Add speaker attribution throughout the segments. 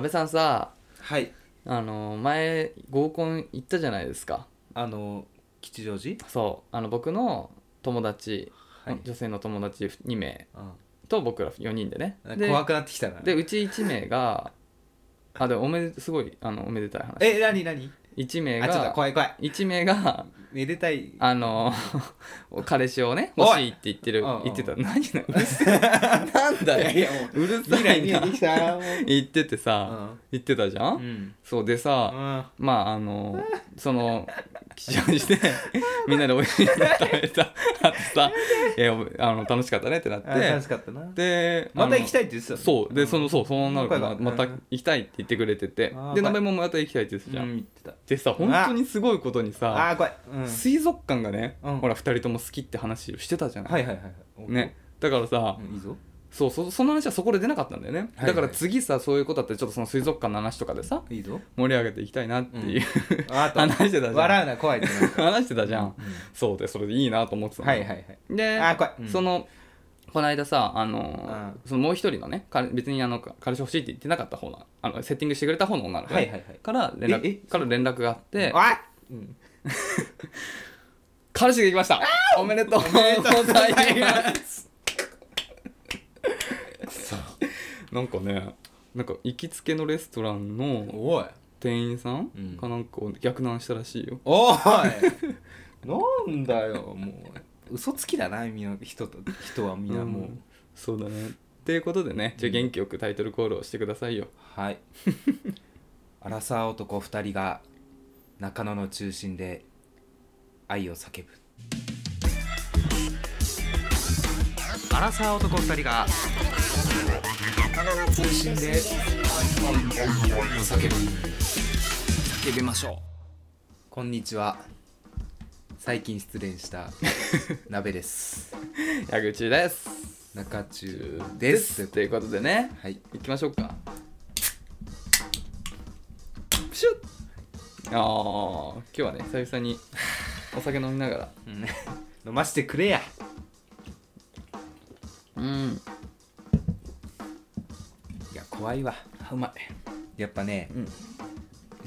Speaker 1: べさんさ
Speaker 2: はい
Speaker 1: あの前合コン行ったじゃないですか
Speaker 2: あの吉祥寺
Speaker 1: そうあの僕の友達、
Speaker 2: はい
Speaker 1: 女性の友達2名
Speaker 2: あ
Speaker 1: と僕ら4人でねで
Speaker 2: 怖くなってきたな
Speaker 1: でうち1名があでもおめですごいあのおめでたい話
Speaker 2: え何何
Speaker 1: 1名
Speaker 2: あちょっと
Speaker 1: が
Speaker 2: 怖い怖い
Speaker 1: 1名が
Speaker 2: めでたい
Speaker 1: あの 彼氏をね
Speaker 2: おい
Speaker 1: 欲しいって言ってる
Speaker 2: うんうん
Speaker 1: 言ってた何なうるせえ なんだよ
Speaker 2: やも
Speaker 1: うる
Speaker 2: 未
Speaker 1: さ
Speaker 2: 来
Speaker 1: い
Speaker 2: 見
Speaker 1: な
Speaker 2: えてきた
Speaker 1: 言っててさ
Speaker 2: も
Speaker 1: 言ってたじゃ、
Speaker 2: うんうん
Speaker 1: そうでさ、
Speaker 2: うん
Speaker 1: まああのその吉祥寺で みんなでおいしいの食べたあとさいやあの楽しかったねってなっ
Speaker 2: あ楽
Speaker 1: て
Speaker 2: しかったな
Speaker 1: で
Speaker 2: また行きた
Speaker 1: い
Speaker 2: いって言ってた
Speaker 1: そうでその
Speaker 2: う
Speaker 1: そうその女の子が
Speaker 2: うん
Speaker 1: また行きたいって言ってくれてて
Speaker 2: あー
Speaker 1: で
Speaker 2: はい
Speaker 1: 鍋もまた行きたいって言ってたじゃ
Speaker 2: うん
Speaker 1: ん
Speaker 2: 言ってた
Speaker 1: でさ本当にすごいことに
Speaker 2: あ
Speaker 1: さ
Speaker 2: ー怖いうんはい
Speaker 1: 水族館がね
Speaker 2: うん
Speaker 1: ほら2人とも好きって話をしてたじゃな
Speaker 2: はいいはいはい
Speaker 1: ねだからさ
Speaker 2: うんいいぞ
Speaker 1: そうそその話はそこで出なかったんだよね
Speaker 2: はい
Speaker 1: だから次さそういうことだったらちょっとその水族館の話とかでさ
Speaker 2: いいぞ
Speaker 1: 盛り上げていきたいなっていう
Speaker 2: あと
Speaker 1: 話してたじゃん
Speaker 2: 笑うな怖いってなる
Speaker 1: 話してたじゃん
Speaker 2: うん
Speaker 1: そうでそれでいいなと思ってたの
Speaker 2: はいはいはい
Speaker 1: で
Speaker 2: あー怖いうん
Speaker 1: そのこの間さあのー
Speaker 2: うん
Speaker 1: そのもう一人のね彼別にあのか彼氏欲しいって言ってなかった方のあのセッティングしてくれた方の女の子ね、
Speaker 2: はいはいはい
Speaker 1: から連
Speaker 2: ええ
Speaker 1: 絡から連絡があって
Speaker 2: おいうん
Speaker 1: 彼氏ができましたおめでとう ござい ますそうなんかねなんか行きつけのレストランの
Speaker 2: おい
Speaker 1: 店員さん
Speaker 2: うん
Speaker 1: かなんかを逆ナンしたらしいよ、
Speaker 2: おい なんだよもう嘘つきだなみんな人と人はみんなもう、
Speaker 1: うんそうだねっていうことでねじゃあ元気よくタイトルコールをしてくださいよ、
Speaker 2: はいアラサー男2人が中野の中心で愛を叫ぶアラサー男2人が中野の中心で愛を叫ぶ叫びましょうこんにちは最近失恋した鍋 です
Speaker 1: 矢口です
Speaker 2: 中中です
Speaker 1: ということでね
Speaker 2: はい
Speaker 1: 行きましょうかプシュッあー今日はね久々 にお酒飲みながら
Speaker 2: 飲ましてくれや
Speaker 1: うん
Speaker 2: いや怖いわ
Speaker 1: うまい
Speaker 2: やっぱね
Speaker 1: うん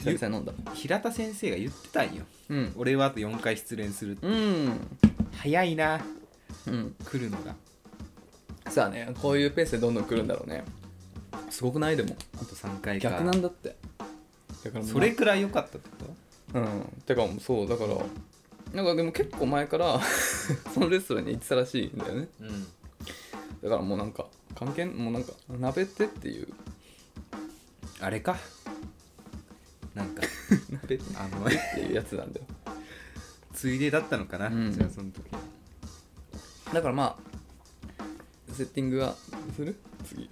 Speaker 1: 久々に飲んだ
Speaker 2: 平田先生が言ってたんよ
Speaker 1: うん
Speaker 2: 俺はあと4回失恋するって
Speaker 1: うん
Speaker 2: 早いな
Speaker 1: うん
Speaker 2: 来るのが
Speaker 1: さあねこういうペースでどんどん来るんだろうねすごくないでも
Speaker 2: あと3回か
Speaker 1: 逆なんだってだからもう
Speaker 2: それくらい良かったってこと
Speaker 1: うんてかもうそうだからなんかでも結構前から そのレストランに行ってたらしいんだよね
Speaker 2: うん
Speaker 1: だからもうなんか関係もうなんか鍋ってっていう
Speaker 2: あれかなんか
Speaker 1: 鍋って
Speaker 2: あの
Speaker 1: っていうやつなんだよ
Speaker 2: ついでだったのかな、
Speaker 1: うん
Speaker 2: じゃあその時
Speaker 1: だからまあセッティングはする 次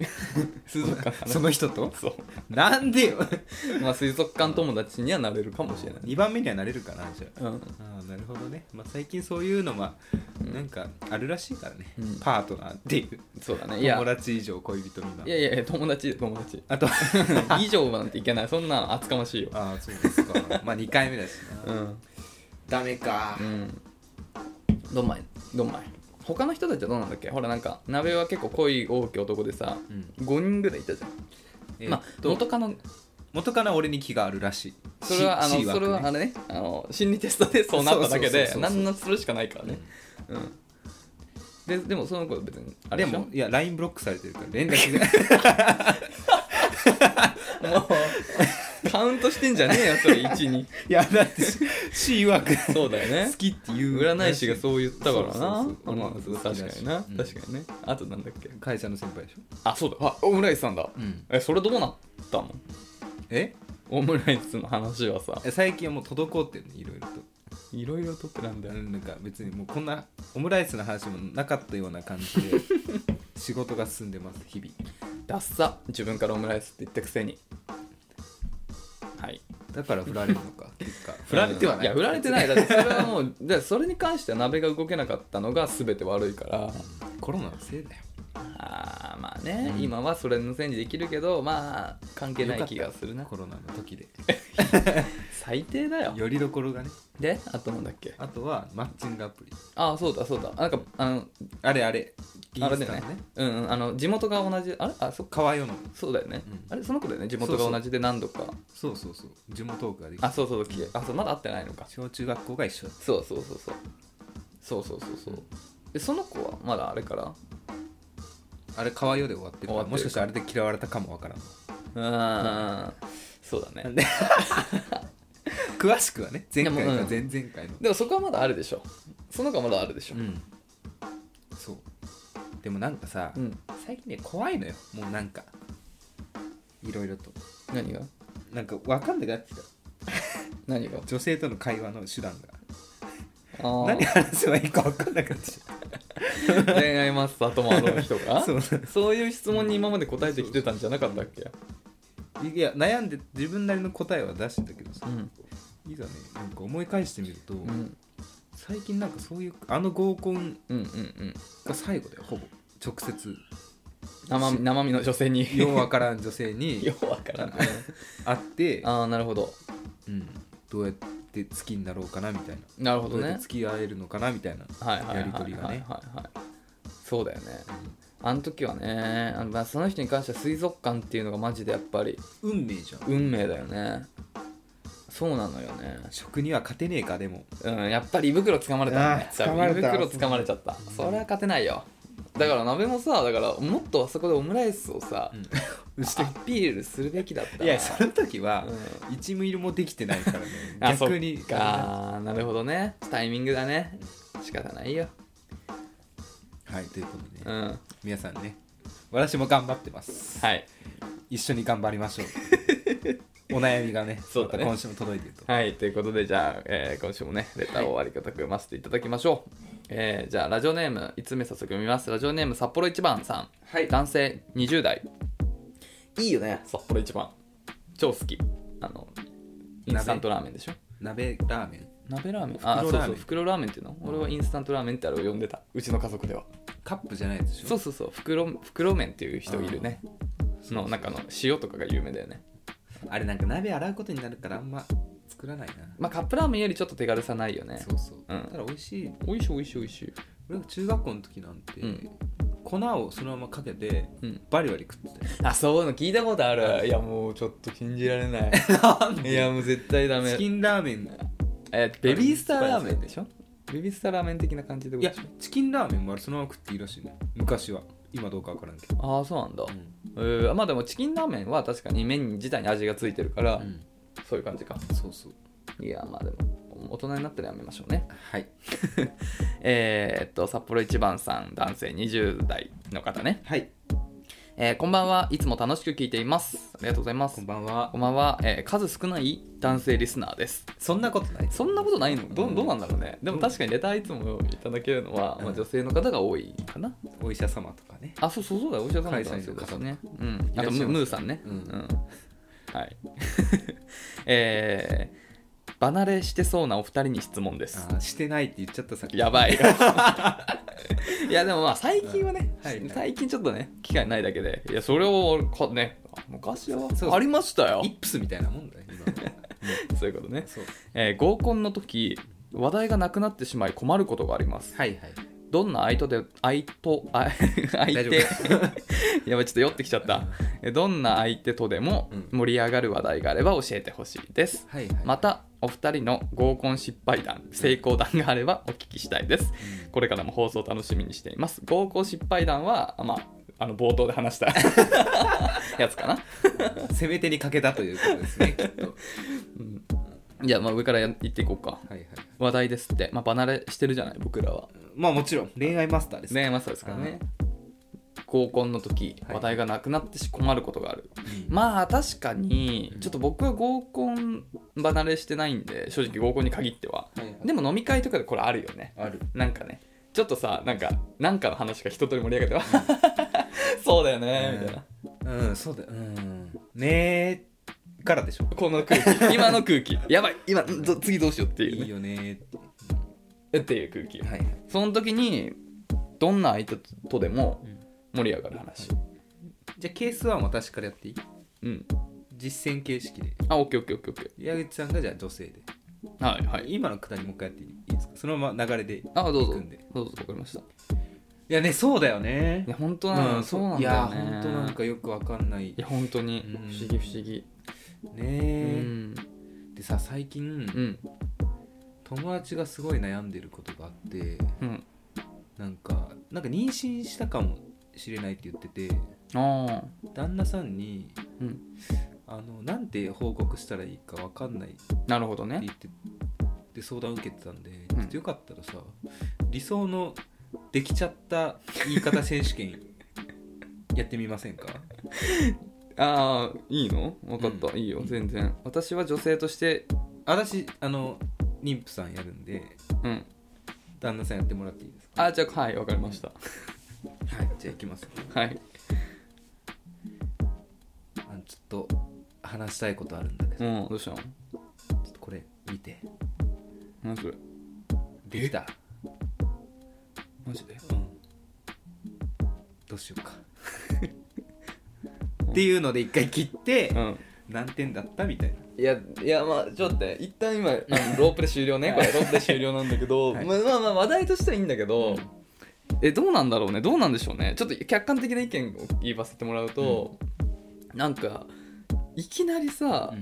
Speaker 1: 水族館かな
Speaker 2: その人と
Speaker 1: そ
Speaker 2: なんでよ
Speaker 1: うまあ水族館友達にはなれるかもしれない
Speaker 2: 2番目にはなれるかなじゃあ
Speaker 1: うん
Speaker 2: あーなるほどね、まあ、最近そういうのは
Speaker 1: うん
Speaker 2: なんかあるらしいからね、
Speaker 1: うん
Speaker 2: パートナーっていう
Speaker 1: そうだねいや
Speaker 2: 友達以上恋人未満
Speaker 1: いやいやいや友達友達
Speaker 2: あと
Speaker 1: 以上なんていけないそんなん厚かましいよ
Speaker 2: ああそうですかまあ2回目だしな
Speaker 1: うん
Speaker 2: ダメか
Speaker 1: うんどんまいどんまい他の人たちはどうなんだっけほらなんか鍋は結構恋多き男でさ
Speaker 2: うん
Speaker 1: 5人ぐらいいたじゃん、
Speaker 2: え
Speaker 1: まあ
Speaker 2: っと
Speaker 1: 元カノ
Speaker 2: 元から俺に気があるらしい
Speaker 1: それはあ
Speaker 2: C-
Speaker 1: のそ
Speaker 2: C 枠
Speaker 1: れ
Speaker 2: ね
Speaker 1: はあれねあの心理テストでそうなっただけで
Speaker 2: そうそうそうそう
Speaker 1: 何のするしかないからねうんででもその子は別にあれ
Speaker 2: で
Speaker 1: でしょ
Speaker 2: もいや LINE ブロックされてるから連 絡が
Speaker 1: もうカウントしてんじゃねえよそれ1に
Speaker 2: いやだって C 枠
Speaker 1: そうだよね
Speaker 2: 好きっていう
Speaker 1: 占い師がそう言ったからな
Speaker 2: そうそうそう
Speaker 1: まあ
Speaker 2: そう
Speaker 1: 確かにな、
Speaker 2: うん
Speaker 1: 確かにねあとなんだっけ
Speaker 2: 会社の先輩でしょ、
Speaker 1: あそうだあオムライスさんだ、
Speaker 2: うん、
Speaker 1: えそれどうなったの
Speaker 2: え
Speaker 1: オムライスの話はさ
Speaker 2: 最近はもう滞ってるねいろいろと
Speaker 1: いろいろとってなんだ
Speaker 2: う
Speaker 1: よ、
Speaker 2: んなんか別にもうこんなオムライスの話もなかったような感じ で仕事が進んでます日々
Speaker 1: ダッサ自分からオムライスって言ったくせにはい
Speaker 2: だから振られるのか 結果振られてはな い
Speaker 1: や振られてないだってそれはもう でそれに関しては鍋が動けなかったのが全て悪いから
Speaker 2: コロナのせいだよ
Speaker 1: ああまあね、
Speaker 2: うん
Speaker 1: 今はそれのせいにできるけどまあ関係ない気がするな
Speaker 2: コロナの時で
Speaker 1: 最低だよ
Speaker 2: よりどころがね
Speaker 1: であとなんだっけ
Speaker 2: あとはマッチングアプリ
Speaker 1: ああそうだそうだなんかあの
Speaker 2: あれあれ
Speaker 1: あれだよねうんうんあの地元が同じあれあそっか
Speaker 2: 川よの
Speaker 1: そうだよね、
Speaker 2: うん
Speaker 1: あれその子だよね地元
Speaker 2: そうそう
Speaker 1: が同じで何度か
Speaker 2: そうそうそう地元トークができ
Speaker 1: あ
Speaker 2: た
Speaker 1: そうそうきあそうまだ会ってないのか
Speaker 2: 小中学校が一緒だっ
Speaker 1: そうそうそうそうそうそうそうそうでその子はまだあれから
Speaker 2: たあれ川よで終わってるか
Speaker 1: 終わっ
Speaker 2: ら
Speaker 1: てる
Speaker 2: もしかしたらあれで嫌われたかもわからん
Speaker 1: うーんそうだ
Speaker 2: なん
Speaker 1: ね
Speaker 2: で詳しくはね前回
Speaker 1: いやもう
Speaker 2: か
Speaker 1: うん
Speaker 2: 前々回の
Speaker 1: でもそこはまだあるでしょその子はまだあるでしょ
Speaker 2: んそうでもなんかさ、
Speaker 1: うん
Speaker 2: 最近ね怖いのよもうなんかいろいろと
Speaker 1: 何が
Speaker 2: なんか分かんなくなってきた
Speaker 1: 何が
Speaker 2: 女性との会話の手段が
Speaker 1: あー
Speaker 2: 何話せばいいか分かんなくなってきた
Speaker 1: 恋愛マスターともあろう人が
Speaker 2: そう
Speaker 1: そういう質問に今まで答えてきてたんじゃなかったっけ
Speaker 2: いや悩んで自分なりの答えは出してたけどさ、
Speaker 1: うん
Speaker 2: いざねなんか思い返してみると、
Speaker 1: うん
Speaker 2: 最近なんかそういうあの合コン
Speaker 1: うんうんうん
Speaker 2: が最後だよほぼ直 接
Speaker 1: 生身生身の女性に
Speaker 2: よう分からん女性に
Speaker 1: ようわからんね
Speaker 2: 会って、
Speaker 1: ああなるほど
Speaker 2: うん、どうやって好きになろうかなみたいな
Speaker 1: なるほど
Speaker 2: どうやっ
Speaker 1: ね
Speaker 2: て付き合えるのかなみたいな
Speaker 1: はいはいはいは
Speaker 2: や
Speaker 1: い
Speaker 2: り取りが
Speaker 1: はい
Speaker 2: ね
Speaker 1: はいそうだよねあの時はねあのまあその人に関しては水族館っていうのがマジでやっぱり
Speaker 2: 運命じゃん
Speaker 1: 運命だよねそうなのよね
Speaker 2: 食には勝てねえかでも
Speaker 1: うんやっぱり胃袋掴まれたね
Speaker 2: あー掴まれた
Speaker 1: 胃袋掴まれちゃったそれは勝てないよだから鍋もさだからもっとあそこでオムライスをさ、
Speaker 2: う
Speaker 1: アピールするべきだった
Speaker 2: いやその時は
Speaker 1: うん
Speaker 2: 一ミリもできてないからね
Speaker 1: あ
Speaker 2: 逆に
Speaker 1: そっかなるほどねタイミングだね仕方ないよ
Speaker 2: はいということ
Speaker 1: う
Speaker 2: で
Speaker 1: ん
Speaker 2: 皆さんね私も頑張ってます
Speaker 1: はい
Speaker 2: 一緒に頑張りましょ うお悩みがね
Speaker 1: そうだね
Speaker 2: また今週も届いてると
Speaker 1: はいということでじゃあ、えー今週もねレターを終わり方読ませていただきましょう、えーじゃあラジオネーム5つ目早速読みますラジオネーム札幌一番さん、
Speaker 2: はい
Speaker 1: 男性20代
Speaker 2: いいよね
Speaker 1: 札幌一番超好きあのインスタントラーメンでしょ
Speaker 2: 鍋ラーメン
Speaker 1: 鍋ラーメンあ
Speaker 2: 袋
Speaker 1: そう
Speaker 2: ラー
Speaker 1: そ
Speaker 2: メ
Speaker 1: う
Speaker 2: ン
Speaker 1: 袋ラーメンっていうの俺はインスタントラーメンってあれを呼んでたうちの家族では
Speaker 2: カップじゃないでしょ
Speaker 1: そうそうそう袋袋麺っていう人いるねの中の塩とかが有名だよね
Speaker 2: あれなんか鍋洗うことになるからあんま作らないな
Speaker 1: まあカップラーメンよりちょっと手軽さないよね
Speaker 2: そうそう
Speaker 1: うん
Speaker 2: ただ美味しい
Speaker 1: おいしいおいしいおいしい
Speaker 2: 俺が中学校の時なんて
Speaker 1: うん
Speaker 2: 粉をそのままかけて
Speaker 1: うん
Speaker 2: バリバリ食ってたよ
Speaker 1: あそういうの聞いたことあるいやもうちょっと信じられないいやもう絶対ダメ
Speaker 2: チキンラーメン
Speaker 1: えベビースターラーメンでしょベビースターラーメン的な感じで
Speaker 2: いやチキンラーメンもあれそのまま食っていいらしいね昔は今どうかわからんけど、
Speaker 1: ああそうなんだ、
Speaker 2: ん
Speaker 1: えーまあでもチキンラーメンは確かに麺自体に味がついてるから、そういう感じか
Speaker 2: そうそう
Speaker 1: いやまあでも大人になったらやめましょうね
Speaker 2: はい
Speaker 1: えーっと札幌一番さん男性20代の方ね、
Speaker 2: はい
Speaker 1: えーこんばんはいつも楽しく聞いていますありがとうございます
Speaker 2: こんばんは
Speaker 1: こんばんは、えー数少ない男性リスナーです
Speaker 2: そんなことない
Speaker 1: そんなことないのどうどうなんだろうねでも
Speaker 2: うん
Speaker 1: 確かにレターいつもいただけるのは、
Speaker 2: うん
Speaker 1: まあ、女性の方が多いかな
Speaker 2: お医者様とかね
Speaker 1: あそうそうそうだよお医者さんも男性だしねうんあとムムーさんね
Speaker 2: うん
Speaker 1: はい えー離れしてそうなお二人に質問です
Speaker 2: あーしてないって言っちゃったさっき
Speaker 1: やば いいやでもまあ最近はね、
Speaker 2: うんはいはい
Speaker 1: 最近ちょっとね機会ないだけでいやそれをかね昔は
Speaker 2: そう
Speaker 1: ありましたよ
Speaker 2: イップスみたいなもんだよ 今の
Speaker 1: そういうことね、
Speaker 2: そう
Speaker 1: えー合コンの時話題がなくなってしまい困ることがあります
Speaker 2: はいはい
Speaker 1: どんな相手で相とあ相
Speaker 2: 大丈
Speaker 1: 手 やばいちょっと酔ってきちゃったえどんな相手とでも
Speaker 2: うん
Speaker 1: 盛り上がる話題があれば教えてほしいです
Speaker 2: はいはい
Speaker 1: またお二人の合コン失敗談成功談があればお聞きしたいです
Speaker 2: うん
Speaker 1: これからも放送楽しみにしています合コン失敗談はあまああの冒頭で話した やつかな
Speaker 2: 攻め手にかけたということですねきっ とはい
Speaker 1: じゃあまあ上からや言っていこうか
Speaker 2: はい
Speaker 1: 話題ですってまあ離れしてるじゃない僕らは
Speaker 2: まあもちろん恋愛マスターですね
Speaker 1: ねまあそうですからね合コンの時
Speaker 2: はい
Speaker 1: 話題がなくなってし困ることがある、
Speaker 2: うん
Speaker 1: まあ確かに
Speaker 2: うん
Speaker 1: ちょっと僕は合コン離れしてないんで正直合コンに限っては
Speaker 2: はいはい
Speaker 1: でも飲み会とかでこれあるよね
Speaker 2: ある
Speaker 1: なんかねちょっとさなんかなんかの話が一通り盛り上がってわ そうだよね
Speaker 2: うん
Speaker 1: みたいな
Speaker 2: うんそうだうんねーからでしょ
Speaker 1: この空 気今の空気やばい今ど次どうしようって
Speaker 2: い
Speaker 1: いう
Speaker 2: い
Speaker 1: ね
Speaker 2: よね
Speaker 1: っていう空気
Speaker 2: ーはいはい
Speaker 1: その時にどんな相手とでも盛り上がる話、
Speaker 2: じゃあケース1私からやっていい
Speaker 1: うん
Speaker 2: 実践形式で
Speaker 1: あオッケーオッケーオッケーオッケ
Speaker 2: 矢口さんがじゃあ女性で
Speaker 1: ーはいはい
Speaker 2: 今のくだりもう一回やっていいですかそのまま流れでい
Speaker 1: あどうぞ
Speaker 2: 行くんで
Speaker 1: どうぞわかりましたい
Speaker 2: やねそうだよね
Speaker 1: や本当なの、そうなんだよね
Speaker 2: いや本当なんかよくわかんない
Speaker 1: いや本当に
Speaker 2: うん
Speaker 1: 不思議不思議う
Speaker 2: ね
Speaker 1: ん
Speaker 2: でさ最近
Speaker 1: うん
Speaker 2: 友達がすごい悩んでることがあって
Speaker 1: うん
Speaker 2: なんかなんか妊娠したかもしれないって言ってて
Speaker 1: ああ
Speaker 2: 旦那さんに
Speaker 1: うん
Speaker 2: あのなんて報告したらいいかわかんないって
Speaker 1: なるほどね
Speaker 2: 言ってで相談受けてたんで、
Speaker 1: うん
Speaker 2: ちょっとよかったらさ理想のできちゃった言い方選手権 やってみませんか
Speaker 1: ああいいの分かった、
Speaker 2: うん
Speaker 1: いいよ全然私は女性として
Speaker 2: 私あの妊婦さんやるんで
Speaker 1: うん
Speaker 2: 旦那さんやってもらっていいですか
Speaker 1: あじゃあはいわかりました
Speaker 2: はいじゃあいきます
Speaker 1: はい
Speaker 2: あのちょっと話したいことあるんだけど、
Speaker 1: うんどうしたの
Speaker 2: ちょっとこれ見て
Speaker 1: 何それ
Speaker 2: できた
Speaker 1: マジで
Speaker 2: うんどうしようか っていうので一回切って、
Speaker 1: うん
Speaker 2: 何点だったみたいない
Speaker 1: やいやまあちょっと待って一旦 今あのロープで終了ねこれロープで終了なんだけど、
Speaker 2: はい
Speaker 1: まあまあまあ話題としてはいいんだけど、
Speaker 2: うん
Speaker 1: えどうなんだろうねどうなんでしょうねちょっと客観的な意見を言わせてもらうと、なんかいきなりさ、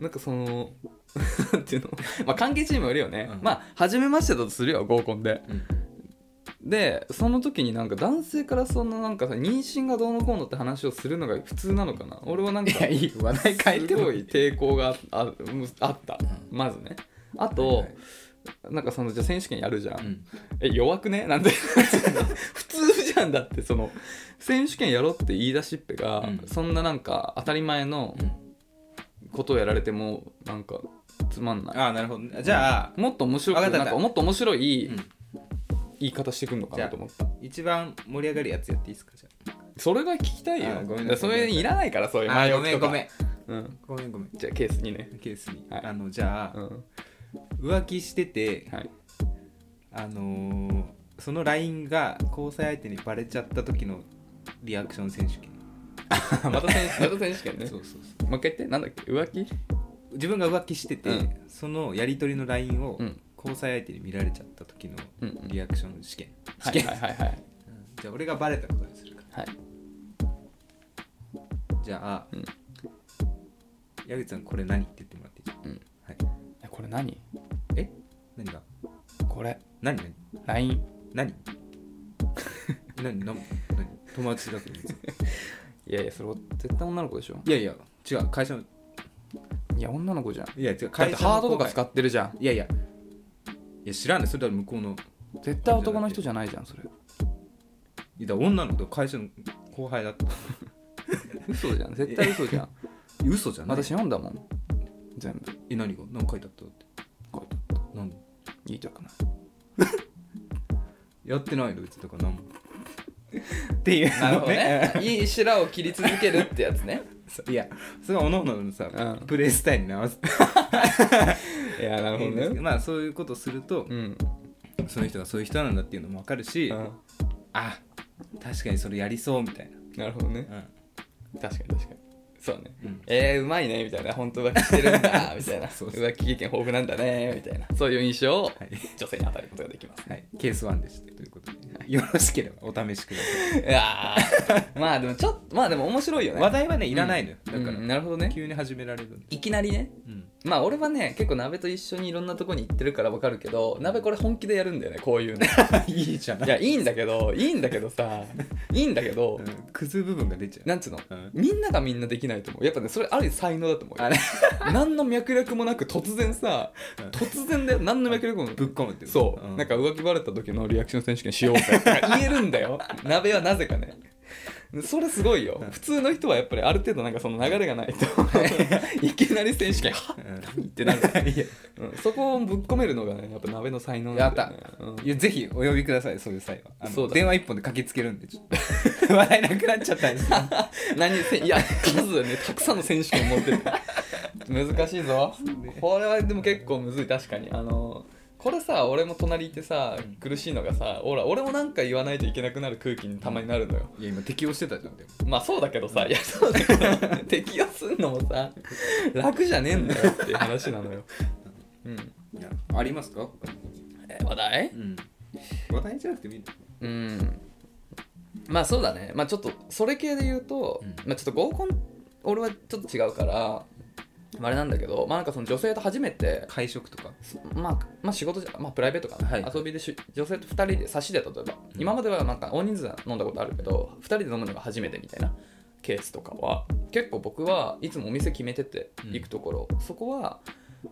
Speaker 1: なんかその なんていうのまあ関係チームよるよね、
Speaker 2: うん
Speaker 1: まあ初めましてだとするよ合コンで
Speaker 2: うん
Speaker 1: でその時になんか男性からそのなんかさ妊娠がどうのこうのって話をするのが普通なのかな俺はなんか
Speaker 2: いやいい話題変えて
Speaker 1: す
Speaker 2: も
Speaker 1: ごい抵抗があああったまずねあと、
Speaker 2: はいはい
Speaker 1: なんかそのじゃあ選手権やるじゃん、
Speaker 2: うん
Speaker 1: え弱くねなんで 普通じゃんだってその選手権やろうって言い出しっぺが、
Speaker 2: うん
Speaker 1: そんななんか当たり前のことをやられてもなんかつまんない
Speaker 2: ああなるほどねじゃあ、
Speaker 1: もっと面白く
Speaker 2: わかった
Speaker 1: なんかもっと面白い
Speaker 2: うん
Speaker 1: 言い方してくんのかなと思った、
Speaker 2: 一番盛り上がるやつやっていいですかじゃ
Speaker 1: それが聞きたい
Speaker 2: あ
Speaker 1: よ
Speaker 2: ごめん
Speaker 1: いや
Speaker 2: な
Speaker 1: そ
Speaker 2: さい
Speaker 1: れいらないからそういう
Speaker 2: ああ
Speaker 1: 前
Speaker 2: ーご
Speaker 1: 置き
Speaker 2: めん
Speaker 1: とか
Speaker 2: ごめん
Speaker 1: うん、
Speaker 2: ごめんごめん
Speaker 1: じゃあケースにね
Speaker 2: ケースに、
Speaker 1: はい
Speaker 2: あのじゃ
Speaker 1: う
Speaker 2: あ、
Speaker 1: ん
Speaker 2: 浮気してて
Speaker 1: はい
Speaker 2: あのーその LINE が交際相手にバレちゃった時のリアクション選手権、
Speaker 1: また選 手また選手権ね
Speaker 2: そうそうそう
Speaker 1: 負けてなんだっけ浮気
Speaker 2: 自分が浮気してて、
Speaker 1: うん
Speaker 2: そのやり取りの LINE を
Speaker 1: うん
Speaker 2: 交際相手に見られちゃった時の
Speaker 1: うんうん
Speaker 2: リアクション試験、
Speaker 1: は
Speaker 2: 試
Speaker 1: い
Speaker 2: 験、
Speaker 1: はいはいはい
Speaker 2: うんじゃあ俺がバレたことにするから
Speaker 1: はい
Speaker 2: じゃあ、
Speaker 1: うん
Speaker 2: 矢口さんこれ何って言ってもらっていい、
Speaker 1: うん
Speaker 2: はい、
Speaker 1: えこれ何
Speaker 2: え何が
Speaker 1: これ
Speaker 2: 何何
Speaker 1: LINE
Speaker 2: 何 何何何友達だと思ってた
Speaker 1: いやいやそれ絶対女の子でしょ
Speaker 2: いやいや違う会社の
Speaker 1: いや女の子じゃん
Speaker 2: いや違う
Speaker 1: だっ
Speaker 2: 会
Speaker 1: て
Speaker 2: 社の
Speaker 1: ハードとか
Speaker 2: 後輩
Speaker 1: 使ってるじゃん
Speaker 2: いやいやいや知らないそれだから向こうの
Speaker 1: 絶対男の人じゃないじゃんそれ
Speaker 2: いやだから女の子と会社の後輩だった
Speaker 1: 嘘じゃん絶対嘘 じゃん
Speaker 2: 嘘じゃない
Speaker 1: 私読んだもん全部
Speaker 2: え何が何書いてあったって
Speaker 1: こう
Speaker 2: 何で
Speaker 1: 言いたくない
Speaker 2: やってないの別にとから何もっていう
Speaker 1: なるほど ねいい白を切り続けるってやつね
Speaker 2: いやそれはおのののさ、
Speaker 1: うん
Speaker 2: プレイスタイルに合わせて
Speaker 1: いやなる
Speaker 2: いいんですけどまあそういうことすると、
Speaker 1: うん、
Speaker 2: その人がそういう人なんだっていうのも分かるし、あ確かにそれやりそうみたい
Speaker 1: なるほどね
Speaker 2: な、
Speaker 1: 確かに確かにそうね
Speaker 2: うん
Speaker 1: えー、うまいねみたいな本当浮気してるん だみたいな
Speaker 2: そうそう
Speaker 1: 浮気経験豊富なんだねみたいなそういう印象を
Speaker 2: はい
Speaker 1: 女性に与えることができ ます
Speaker 2: はい、ケース1でしたということで、よろしければお試しください、
Speaker 1: いやーまあでもちょっとまあでも面白いよね
Speaker 2: 話題はねいらないのよ、
Speaker 1: うん
Speaker 2: だから、
Speaker 1: うんなるほどね
Speaker 2: 急に始められるんで、
Speaker 1: いきなりね
Speaker 2: うん、
Speaker 1: まあ俺はね結構鍋と一緒にいろんなとこに行ってるからわかるけど鍋これ本気でやるんだよねこういうの
Speaker 2: い いじゃない
Speaker 1: いやいいんだけどいいんだけどさいいんだけど、
Speaker 2: うんクズ部分が出ちゃう
Speaker 1: なんつうの、
Speaker 2: うん
Speaker 1: みんながみんなできないと思うやっぱねそれある意味才能だと思うよ
Speaker 2: あれ
Speaker 1: 何の脈絡もなく突然さ突然だよ何の脈絡もな
Speaker 2: ぶっ
Speaker 1: く
Speaker 2: 込むってい
Speaker 1: そう、
Speaker 2: ん
Speaker 1: なんか浮気バレた時のリアクション選手権しようぜとか言えるんだよ 鍋はなぜかねそれすごいよ普通の人はやっぱりある程度なんかその流れがない と いきなり選手権は
Speaker 2: うん
Speaker 1: 何ってなる
Speaker 2: いや
Speaker 1: うんそこをぶっ込めるのがねやっぱ鍋の才能
Speaker 2: や
Speaker 1: なん
Speaker 2: っ
Speaker 1: だ
Speaker 2: た
Speaker 1: よね、うん
Speaker 2: いやぜひお呼びくださいそういう際はあの
Speaker 1: そうだ
Speaker 2: 電話一本で駆けつけるんでちょっと 笑えなくなっちゃったんですけど
Speaker 1: 何せいや数だよねたくさんの選手権 持ってる難しいぞこれはでも結構むずい確かにあのこれさ俺も隣いてさ
Speaker 2: うん
Speaker 1: 苦しいのがさほら俺もなんか言わないといけなくなる空気にたまになるのよ
Speaker 2: いや今適応してたじゃんでも
Speaker 1: まあそうだけどさいやそうだけど適用すんのもさ楽じゃねえんだよっていう話なのようん
Speaker 2: いやありますか
Speaker 1: え話題
Speaker 2: うん話題じゃなくてもいいの
Speaker 1: うんまあそうだねまあちょっとそれ系で言うと、
Speaker 2: うん
Speaker 1: まあちょっと合コン俺はちょっと違うからあれなんだけどまあなんかその女性と初めて
Speaker 2: 会食とか
Speaker 1: まあ、まあ仕事じゃ、まあ、プライベートかな、
Speaker 2: はい
Speaker 1: 遊びでし女性と2人で差しで例えば、
Speaker 2: うん
Speaker 1: 今まではなんか大人数で飲んだことあるけど2人で飲むのが初めてみたいなケースとかは結構僕はいつもお店決めてて
Speaker 2: うん
Speaker 1: 行くところ、そこは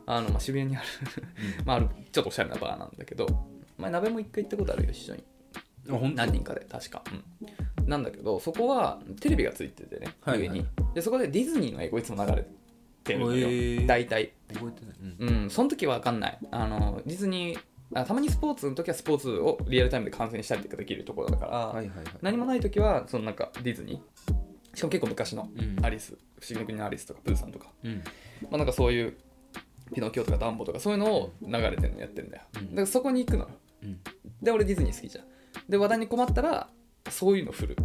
Speaker 1: あの、まあ、渋谷にある まああるちょっとおしゃれなバーなんだけど前鍋も一回行ったことあるよ一緒に
Speaker 2: あ本
Speaker 1: 何人かで確か、うん、なんだけどそこはテレビがついててね
Speaker 2: はいはい
Speaker 1: 上に、でそこでディズニーの英語いつも流れてるのよ、
Speaker 2: へー
Speaker 1: 大体
Speaker 2: 覚えてないうん
Speaker 1: うん、その時は分かんないあのディズニーあたまにスポーツの時はスポーツをリアルタイムで観戦したりとかできるところだから、
Speaker 2: はいはいはい
Speaker 1: 何もない時はそのなんかディズニーしかも結構昔の
Speaker 2: うん
Speaker 1: アリス、不思議の国のアリスとかプーさんとか、
Speaker 2: うん
Speaker 1: まあ、なんかそういうピノキオとかダンボとかそういうのを流れてるのやってるんだよ、
Speaker 2: うん
Speaker 1: だからそこに行くの
Speaker 2: うん
Speaker 1: で俺ディズニー好きじゃんで話題に困ったらそういうの振る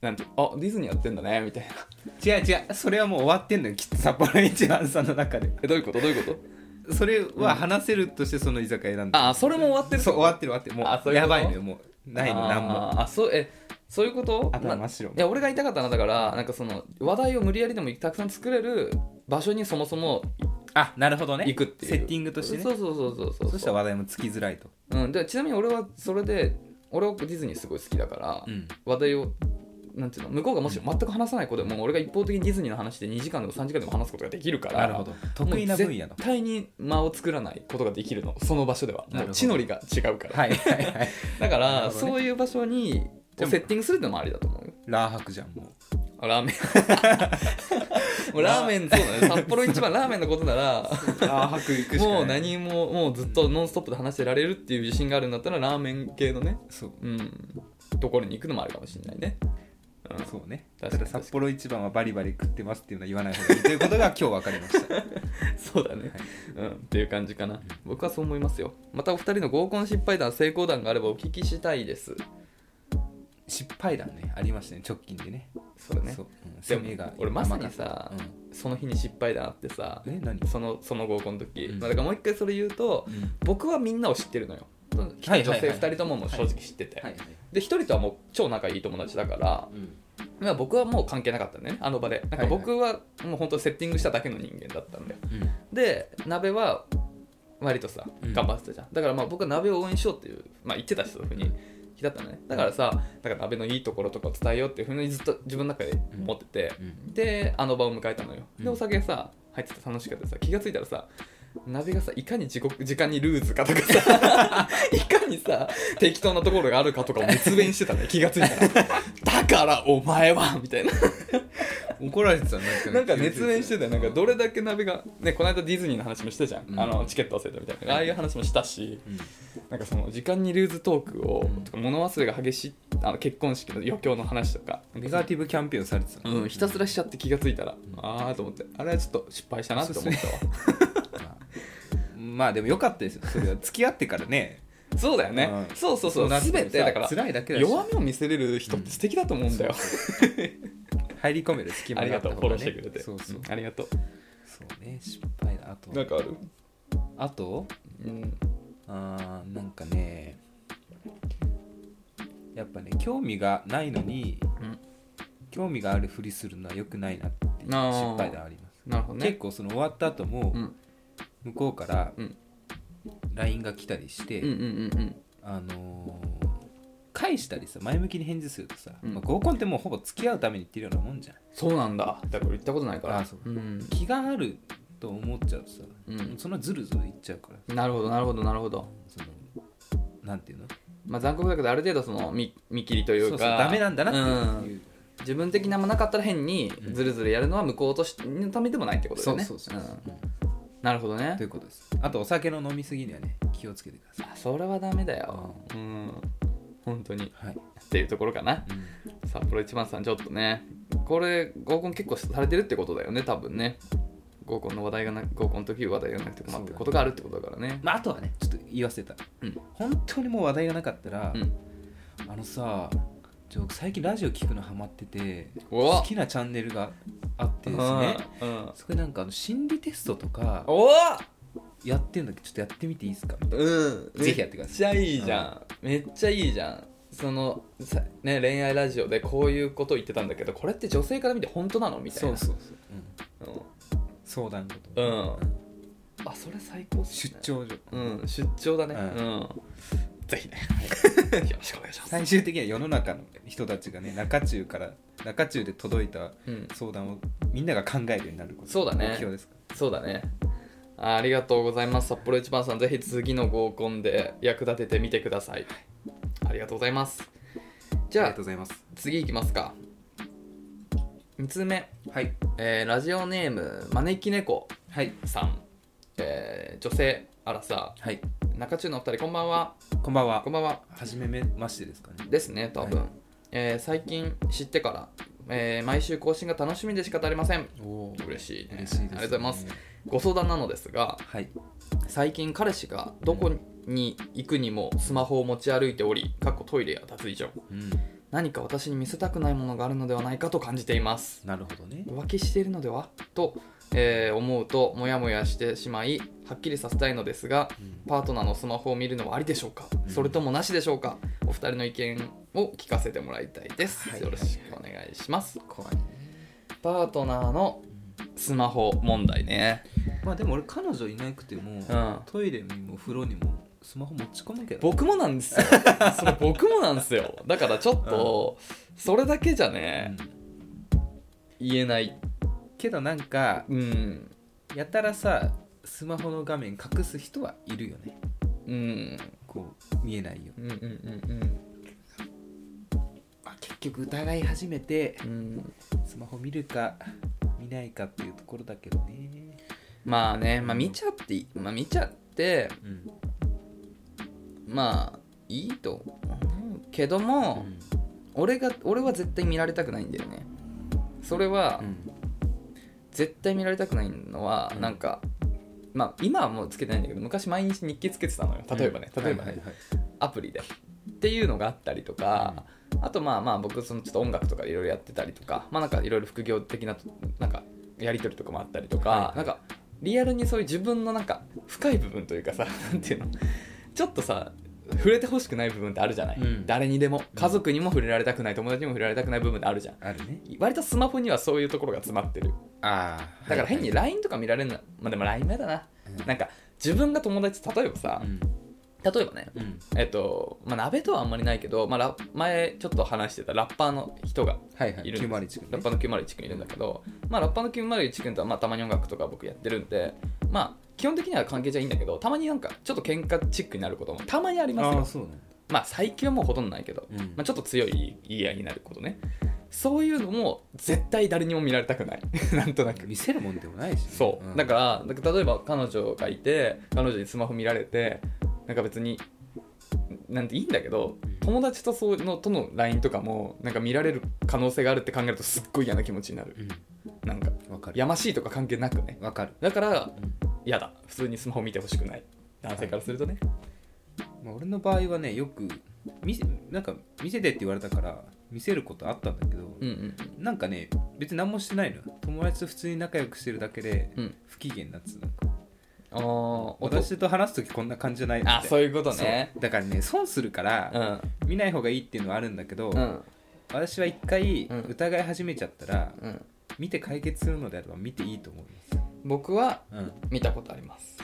Speaker 1: なんてあディズニーやってんだねみたいな
Speaker 2: 違う違うそれはもう終わってんのよきっと札幌一番さんの中で
Speaker 1: えどういうことどういうこと
Speaker 2: それは話せるとしてその居酒屋なん だ
Speaker 1: あそれも終わってる
Speaker 2: そう終わってる終わってるもう
Speaker 1: あそういうこ
Speaker 2: や
Speaker 1: と
Speaker 2: ばいのよもうないのなんも
Speaker 1: あーあそうえそういうこと
Speaker 2: 頭真
Speaker 1: ま
Speaker 2: っ白
Speaker 1: いや俺が言いたかったのはだからなんかその話題を無理やりでもたくさん作れる場所にそもそも
Speaker 2: あなるほどね
Speaker 1: 行くっていう
Speaker 2: セッティングとしてね
Speaker 1: そ
Speaker 2: そう
Speaker 1: そうそうそうそう
Speaker 2: したら話題もつきづらいと
Speaker 1: うん、でちなみに俺はそれで俺はディズニーすごい好きだから、
Speaker 2: ん
Speaker 1: 話題をなんていうの向こうがもし全く話さない子でも俺が一方的にディズニーの話で2時間でも3時間でも話すことができるから
Speaker 2: なるほど得意な分野
Speaker 1: も
Speaker 2: の
Speaker 1: う絶対に間を作らないことができるのその場所ではも
Speaker 2: なるほど
Speaker 1: う地の利が違うから、
Speaker 2: はいはいはい
Speaker 1: だか
Speaker 2: な
Speaker 1: ら、
Speaker 2: るほどね
Speaker 1: そういう場所に
Speaker 2: でも
Speaker 1: セッティングするってのもありだと思うよ
Speaker 2: ラーハクじゃんも
Speaker 1: あラー メンもうラーメンそうだね札幌一番ラーメンのことなら
Speaker 2: うラーハク行くしかない
Speaker 1: もう何ももうずっとノンストップで話してられるっていう自信があるんだったらラーメン系のね
Speaker 2: そう
Speaker 1: うんところに行くのもあるかもしれないね、うん
Speaker 2: そうね
Speaker 1: 確かに
Speaker 2: だから札幌一番はバリバリ食ってますっていうのは言わない方がいいということが今日分かりましたはい
Speaker 1: そうだね、うん、っていう感じかな僕はそう思いますよまたお二人の合コン失敗談成功談があればお聞きしたいです
Speaker 2: 失敗談ねありましたね直近でね
Speaker 1: そうだね
Speaker 2: そう、うん、攻めが
Speaker 1: 俺まさにさ、
Speaker 2: 甘かっ
Speaker 1: その日に失敗談あってさ
Speaker 2: たうんえ何
Speaker 1: そのその合コンの時、
Speaker 2: うん
Speaker 1: まあ、だからもう一回それ言うと僕はみんなを知ってるのよ来た女
Speaker 2: はいはい
Speaker 1: 性
Speaker 2: は
Speaker 1: 2
Speaker 2: い
Speaker 1: 人とももう正直知ってて、
Speaker 2: はいはい
Speaker 1: で1人とはもう超仲いい友達だからまあ僕はもう関係なかったんだよねあの場でなんか
Speaker 2: はいはい
Speaker 1: 僕はもう本当セッティングしただけの人間だったんだよで鍋は割とさ
Speaker 2: うん
Speaker 1: 頑張ってたじゃん、だからまあ僕は鍋を応援しようっていう、まあ、言ってたしそういうふうに日だったのねだからさだから鍋のいいところとかを伝えようっていうふうにずっと自分の中で思ってて、
Speaker 2: うん
Speaker 1: であの場を迎えたのよ
Speaker 2: うん
Speaker 1: でお酒さ入ってて楽しかったさ気が付いたらさ鍋がさいかに時刻時間にルーズかとかさ いかにさ適当なところがあるかとかを熱弁してたね気が付い たらだからお前はみたいな
Speaker 2: 怒られてたね
Speaker 1: なんか熱弁してたよなんかど
Speaker 2: れ、
Speaker 1: れだけ鍋がねこの間ディズニーの話もしてたじゃん、
Speaker 2: うん
Speaker 1: あのチケット忘れたみたいなああいう話もしたし
Speaker 2: うん
Speaker 1: なんかその時間にルーズトークを、
Speaker 2: うん
Speaker 1: とか物忘れが激しいあの結婚式の余興の話とか
Speaker 2: ネガティブキャンペーンをされてた
Speaker 1: うん、ひたすらしちゃって気がついたら、
Speaker 2: ん
Speaker 1: ああと思ってあれはちょっと失敗したなと思ったわそう,、
Speaker 2: まあまあでも良かったですよそれは付き合ってからね
Speaker 1: だよね、
Speaker 2: うん
Speaker 1: そうそうそう
Speaker 2: なってる
Speaker 1: 全てだから
Speaker 2: 辛いだけだし
Speaker 1: 弱みを見せれる人って素敵だと思うんだよ、
Speaker 2: 入り込める隙
Speaker 1: あ
Speaker 2: 間
Speaker 1: り
Speaker 2: があ
Speaker 1: が
Speaker 2: った
Speaker 1: とう
Speaker 2: 方
Speaker 1: フ
Speaker 2: が
Speaker 1: ォ
Speaker 2: ね
Speaker 1: ローしてくれて
Speaker 2: そうそう、
Speaker 1: んありがと
Speaker 2: そうね失敗だあと
Speaker 1: うなんかある
Speaker 2: あと
Speaker 1: うん
Speaker 2: あーなんかねやっぱね興味がないのに
Speaker 1: うん
Speaker 2: 興味があるふりするのは良くないなっていう失
Speaker 1: あー
Speaker 2: 敗談あります、
Speaker 1: なるほどね
Speaker 2: 結構その終わった後も
Speaker 1: うん
Speaker 2: 向こうから
Speaker 1: うん
Speaker 2: LINE が来たりして、
Speaker 1: うんうんうんうん
Speaker 2: あのー返したりさ前向きに返事するとさ、
Speaker 1: うん
Speaker 2: まあ、合コンってもうほぼ付き合うために言ってるようなもんじゃん
Speaker 1: そうなんだだから行ったことないから
Speaker 2: あそう
Speaker 1: うん、
Speaker 2: 気があると思っちゃうとさ、
Speaker 1: うん
Speaker 2: そのずるずるいっちゃうから
Speaker 1: なるほどなるほどなるほど
Speaker 2: そのなんていうの
Speaker 1: まあ残酷だけどある程度その見見切りというか
Speaker 2: そうそうダメなんだなっていう、
Speaker 1: ん自分的なもなかったら変にズルズルやるのは向こうとしのためでもないってことだよね
Speaker 2: そうそうそうそうん
Speaker 1: なるほどね
Speaker 2: ということですあとお酒の飲みすぎにはね気をつけてください
Speaker 1: あそれはダメだようん本当に
Speaker 2: はい、
Speaker 1: っていうところかな
Speaker 2: うん
Speaker 1: 札幌一番さんちょっとねこれ合コン結構されてるってことだよね多分ね合コンの話題がな合コンの時話題がなくて困ってることがあるってことだからね
Speaker 2: まあ、あとはねちょっと言わせた、
Speaker 1: うん
Speaker 2: 本当にもう話題がなかったら、
Speaker 1: うん
Speaker 2: あのさちょ最近ラジオ聞くのハマってて
Speaker 1: お
Speaker 2: 好きなチャンネルがあってですね
Speaker 1: うんうん
Speaker 2: そこでなんかあの心理テストとか
Speaker 1: お
Speaker 2: やってるんだけどちょっとやってみていいですか
Speaker 1: うん
Speaker 2: ぜひやってくださ
Speaker 1: いめっちゃいいじゃん、めっちゃいいじゃんそのさね恋愛ラジオでこういうこと言ってたんだけどこれって女性から見て本当なのみたいな
Speaker 2: うそう、うん、
Speaker 1: うん
Speaker 2: 相談事、
Speaker 1: うんあそれ最高っすね
Speaker 2: 出張所
Speaker 1: うん出張だね
Speaker 2: う
Speaker 1: うんん、ぜひねよろしくお願いします、
Speaker 2: 最終的には世の中の人たちがね中中から中中で届いた
Speaker 1: うん、
Speaker 2: 相談をみんなが考えるようになること
Speaker 1: そうだね
Speaker 2: 目標ですか
Speaker 1: そうだねあありがとうございます札幌一番さんぜひ次の合コンで役立ててみてくださいありがとうございますじゃ
Speaker 2: らありが
Speaker 1: あ
Speaker 2: とうございます
Speaker 1: 次いきますか2つ目、
Speaker 2: はい
Speaker 1: えーラジオネーム招き猫
Speaker 2: はい
Speaker 1: さん、えー女性あらさ
Speaker 2: はい
Speaker 1: 中中のお二人こんばんは
Speaker 2: こんばんは
Speaker 1: こんばんは
Speaker 2: はじめめましてですかね
Speaker 1: ですね多分、
Speaker 2: はい
Speaker 1: えー最近知ってから、えー毎週更新が楽しみで仕方ありません
Speaker 2: おお
Speaker 1: 嬉しいね
Speaker 2: 嬉しいです、ね、
Speaker 1: ありがとうございますご相談なのですが
Speaker 2: はい
Speaker 1: 最近彼氏がどこに行くにもスマホを持ち歩いておりかっこトイレや脱衣所
Speaker 2: うん
Speaker 1: 何か私に見せたくないものがあるのではないかと感じています
Speaker 2: なるほどね
Speaker 1: 浮気しているのではと、えー思うとモヤモヤしてしまいはっきりさせたいのですが
Speaker 2: うん
Speaker 1: パートナーのスマホを見るのはありでしょうか、
Speaker 2: うん
Speaker 1: それともなしでしょうかお二人の意見を聞かせてもらいたいです、
Speaker 2: はい
Speaker 1: よろしくお願いします
Speaker 2: 怖いね
Speaker 1: パートナーのスマホ問題ね
Speaker 2: まあでも俺彼女いなくても、
Speaker 1: うん
Speaker 2: トイレにも風呂にもスマホ持ち込むけど
Speaker 1: 僕もなん ですよそれ僕もなんですよだからちょっとそれだけじゃ
Speaker 2: う
Speaker 1: ね
Speaker 2: ん、
Speaker 1: 言えない
Speaker 2: けどなんか
Speaker 1: うん
Speaker 2: やたらさスマホの画面隠す人はいるよね
Speaker 1: うん
Speaker 2: こう見えないよ、
Speaker 1: うんうんうん
Speaker 2: まあ、結局疑い始めて
Speaker 1: うんうん
Speaker 2: スマホ見るか見ないかっていうところだけどね
Speaker 1: まあね、まあ、見ちゃっていい、まあ、見ちゃって
Speaker 2: うん、
Speaker 1: まあいいと思うけども、俺が俺は絶対見られたくないんだよねそれは、絶対見られたくないのは、
Speaker 2: うん
Speaker 1: なんかまあ今はもうつけてないんだけど昔毎日日記つけてたのよ例えばね、例えばね、
Speaker 2: はいはいはい
Speaker 1: アプリでっていうのがあったりとか、あとまあまあ僕そのちょっと音楽とかいろいろやってたりとかまあなんかいろいろ副業的ななんかやり取りとかもあったりとか、
Speaker 2: はいはい
Speaker 1: なんかリアルにそういう自分のなんか深い部分というかさ なんていうのちょっとさ触れてほしくない部分ってあるじゃない、
Speaker 2: うん
Speaker 1: 誰にでも家族にも触れられたくない友達にも触れられたくない部分ってあるじゃん
Speaker 2: あるね
Speaker 1: 割とスマホにはそういうところが詰まってる
Speaker 2: ああ
Speaker 1: だから変に LINE とか見られるのまあでも LINE 目だななんか自分が友達例えばさ、
Speaker 2: うん
Speaker 1: 例えばね
Speaker 2: うん
Speaker 1: えっと、まあ、鍋とはあんまりないけど、まあラ、前ちょっと話してたラッパーの人が、
Speaker 2: はいはい
Speaker 1: いるんで
Speaker 2: 901君ね
Speaker 1: ラッパーの901君いるんだけど、まあ、ラッパーの901君とは、まあ、たまに音楽とか僕やってるんで、まあ、基本的には関係じゃいいんだけど、たまになんかちょっと喧嘩チックになることもたまにあります
Speaker 2: ああ
Speaker 1: よ。
Speaker 2: そうなんだ
Speaker 1: まあ、最近はもうほとんどないけど、
Speaker 2: うん
Speaker 1: まあ、ちょっと強い言い合いになることね。そういうのも絶対誰にも見られたくない。 なんとなく。
Speaker 2: 見せるもんでもないしね、
Speaker 1: そう、だからだから例えば彼女がいて彼女にスマホ見られてなんか別になんていいんだけど
Speaker 2: うん
Speaker 1: 友達とそうのとの LINE とかもなんか見られる可能性があるって考えるとすっごい嫌な気持ちになる
Speaker 2: うん
Speaker 1: なんか
Speaker 2: わ、かる
Speaker 1: やましいとか関係なくね
Speaker 2: わかる、
Speaker 1: だから
Speaker 2: うん
Speaker 1: 嫌だ普通にスマホ見てほしくない男性からするとね、
Speaker 2: まあ、俺の場合はねよく見せなんか見せてって言われたから見せることあったんだけど、
Speaker 1: うんうん
Speaker 2: なんかね別に何もしてないのよ友達と普通に仲良くしてるだけで
Speaker 1: うん
Speaker 2: 不機嫌になってたなんか
Speaker 1: ああ
Speaker 2: 私と話す時こんな感じじゃない
Speaker 1: あそう
Speaker 2: いう
Speaker 1: いうことね
Speaker 2: だからね損するから、
Speaker 1: ん
Speaker 2: 見ない方がいいっていうのはあるんだけど、
Speaker 1: うん
Speaker 2: 私は一回
Speaker 1: うん
Speaker 2: 疑い始めちゃったら、
Speaker 1: うん
Speaker 2: 見て解決するのであれば見ていいと思います
Speaker 1: 僕は
Speaker 2: うん
Speaker 1: 見たことあります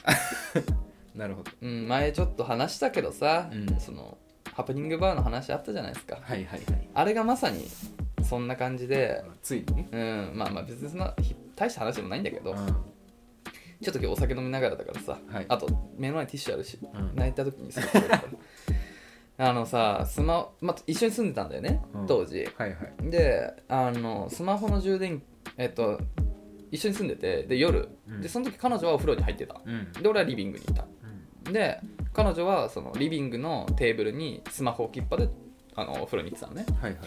Speaker 2: なるほど
Speaker 1: うん、前ちょっと話したけどさ、
Speaker 2: うん
Speaker 1: そのハプニングバーの話あったじゃないですか、
Speaker 2: はいはいはい
Speaker 1: あれがまさにそんな感じで、
Speaker 2: ついにね
Speaker 1: うん、まあまあ別にそんなひ大した話でもないんだけど、
Speaker 2: うん
Speaker 1: ちょっと今日お酒飲みながらだからさ、
Speaker 2: はい
Speaker 1: あと目の前にティッシュあるし、
Speaker 2: うん
Speaker 1: 泣い た時にすぐ取れるからあのさスマホ、まあ、一緒に住んでたんだよね、
Speaker 2: うん
Speaker 1: 当時
Speaker 2: はいはい
Speaker 1: であのスマホの充電えっと一緒に住んでてで夜、
Speaker 2: うん
Speaker 1: でその時彼女はお風呂に入ってた
Speaker 2: うん
Speaker 1: で俺はリビングにいたで彼女はそのリビングのテーブルにスマホ置きっぱであのお風呂に行ってたのね
Speaker 2: はいは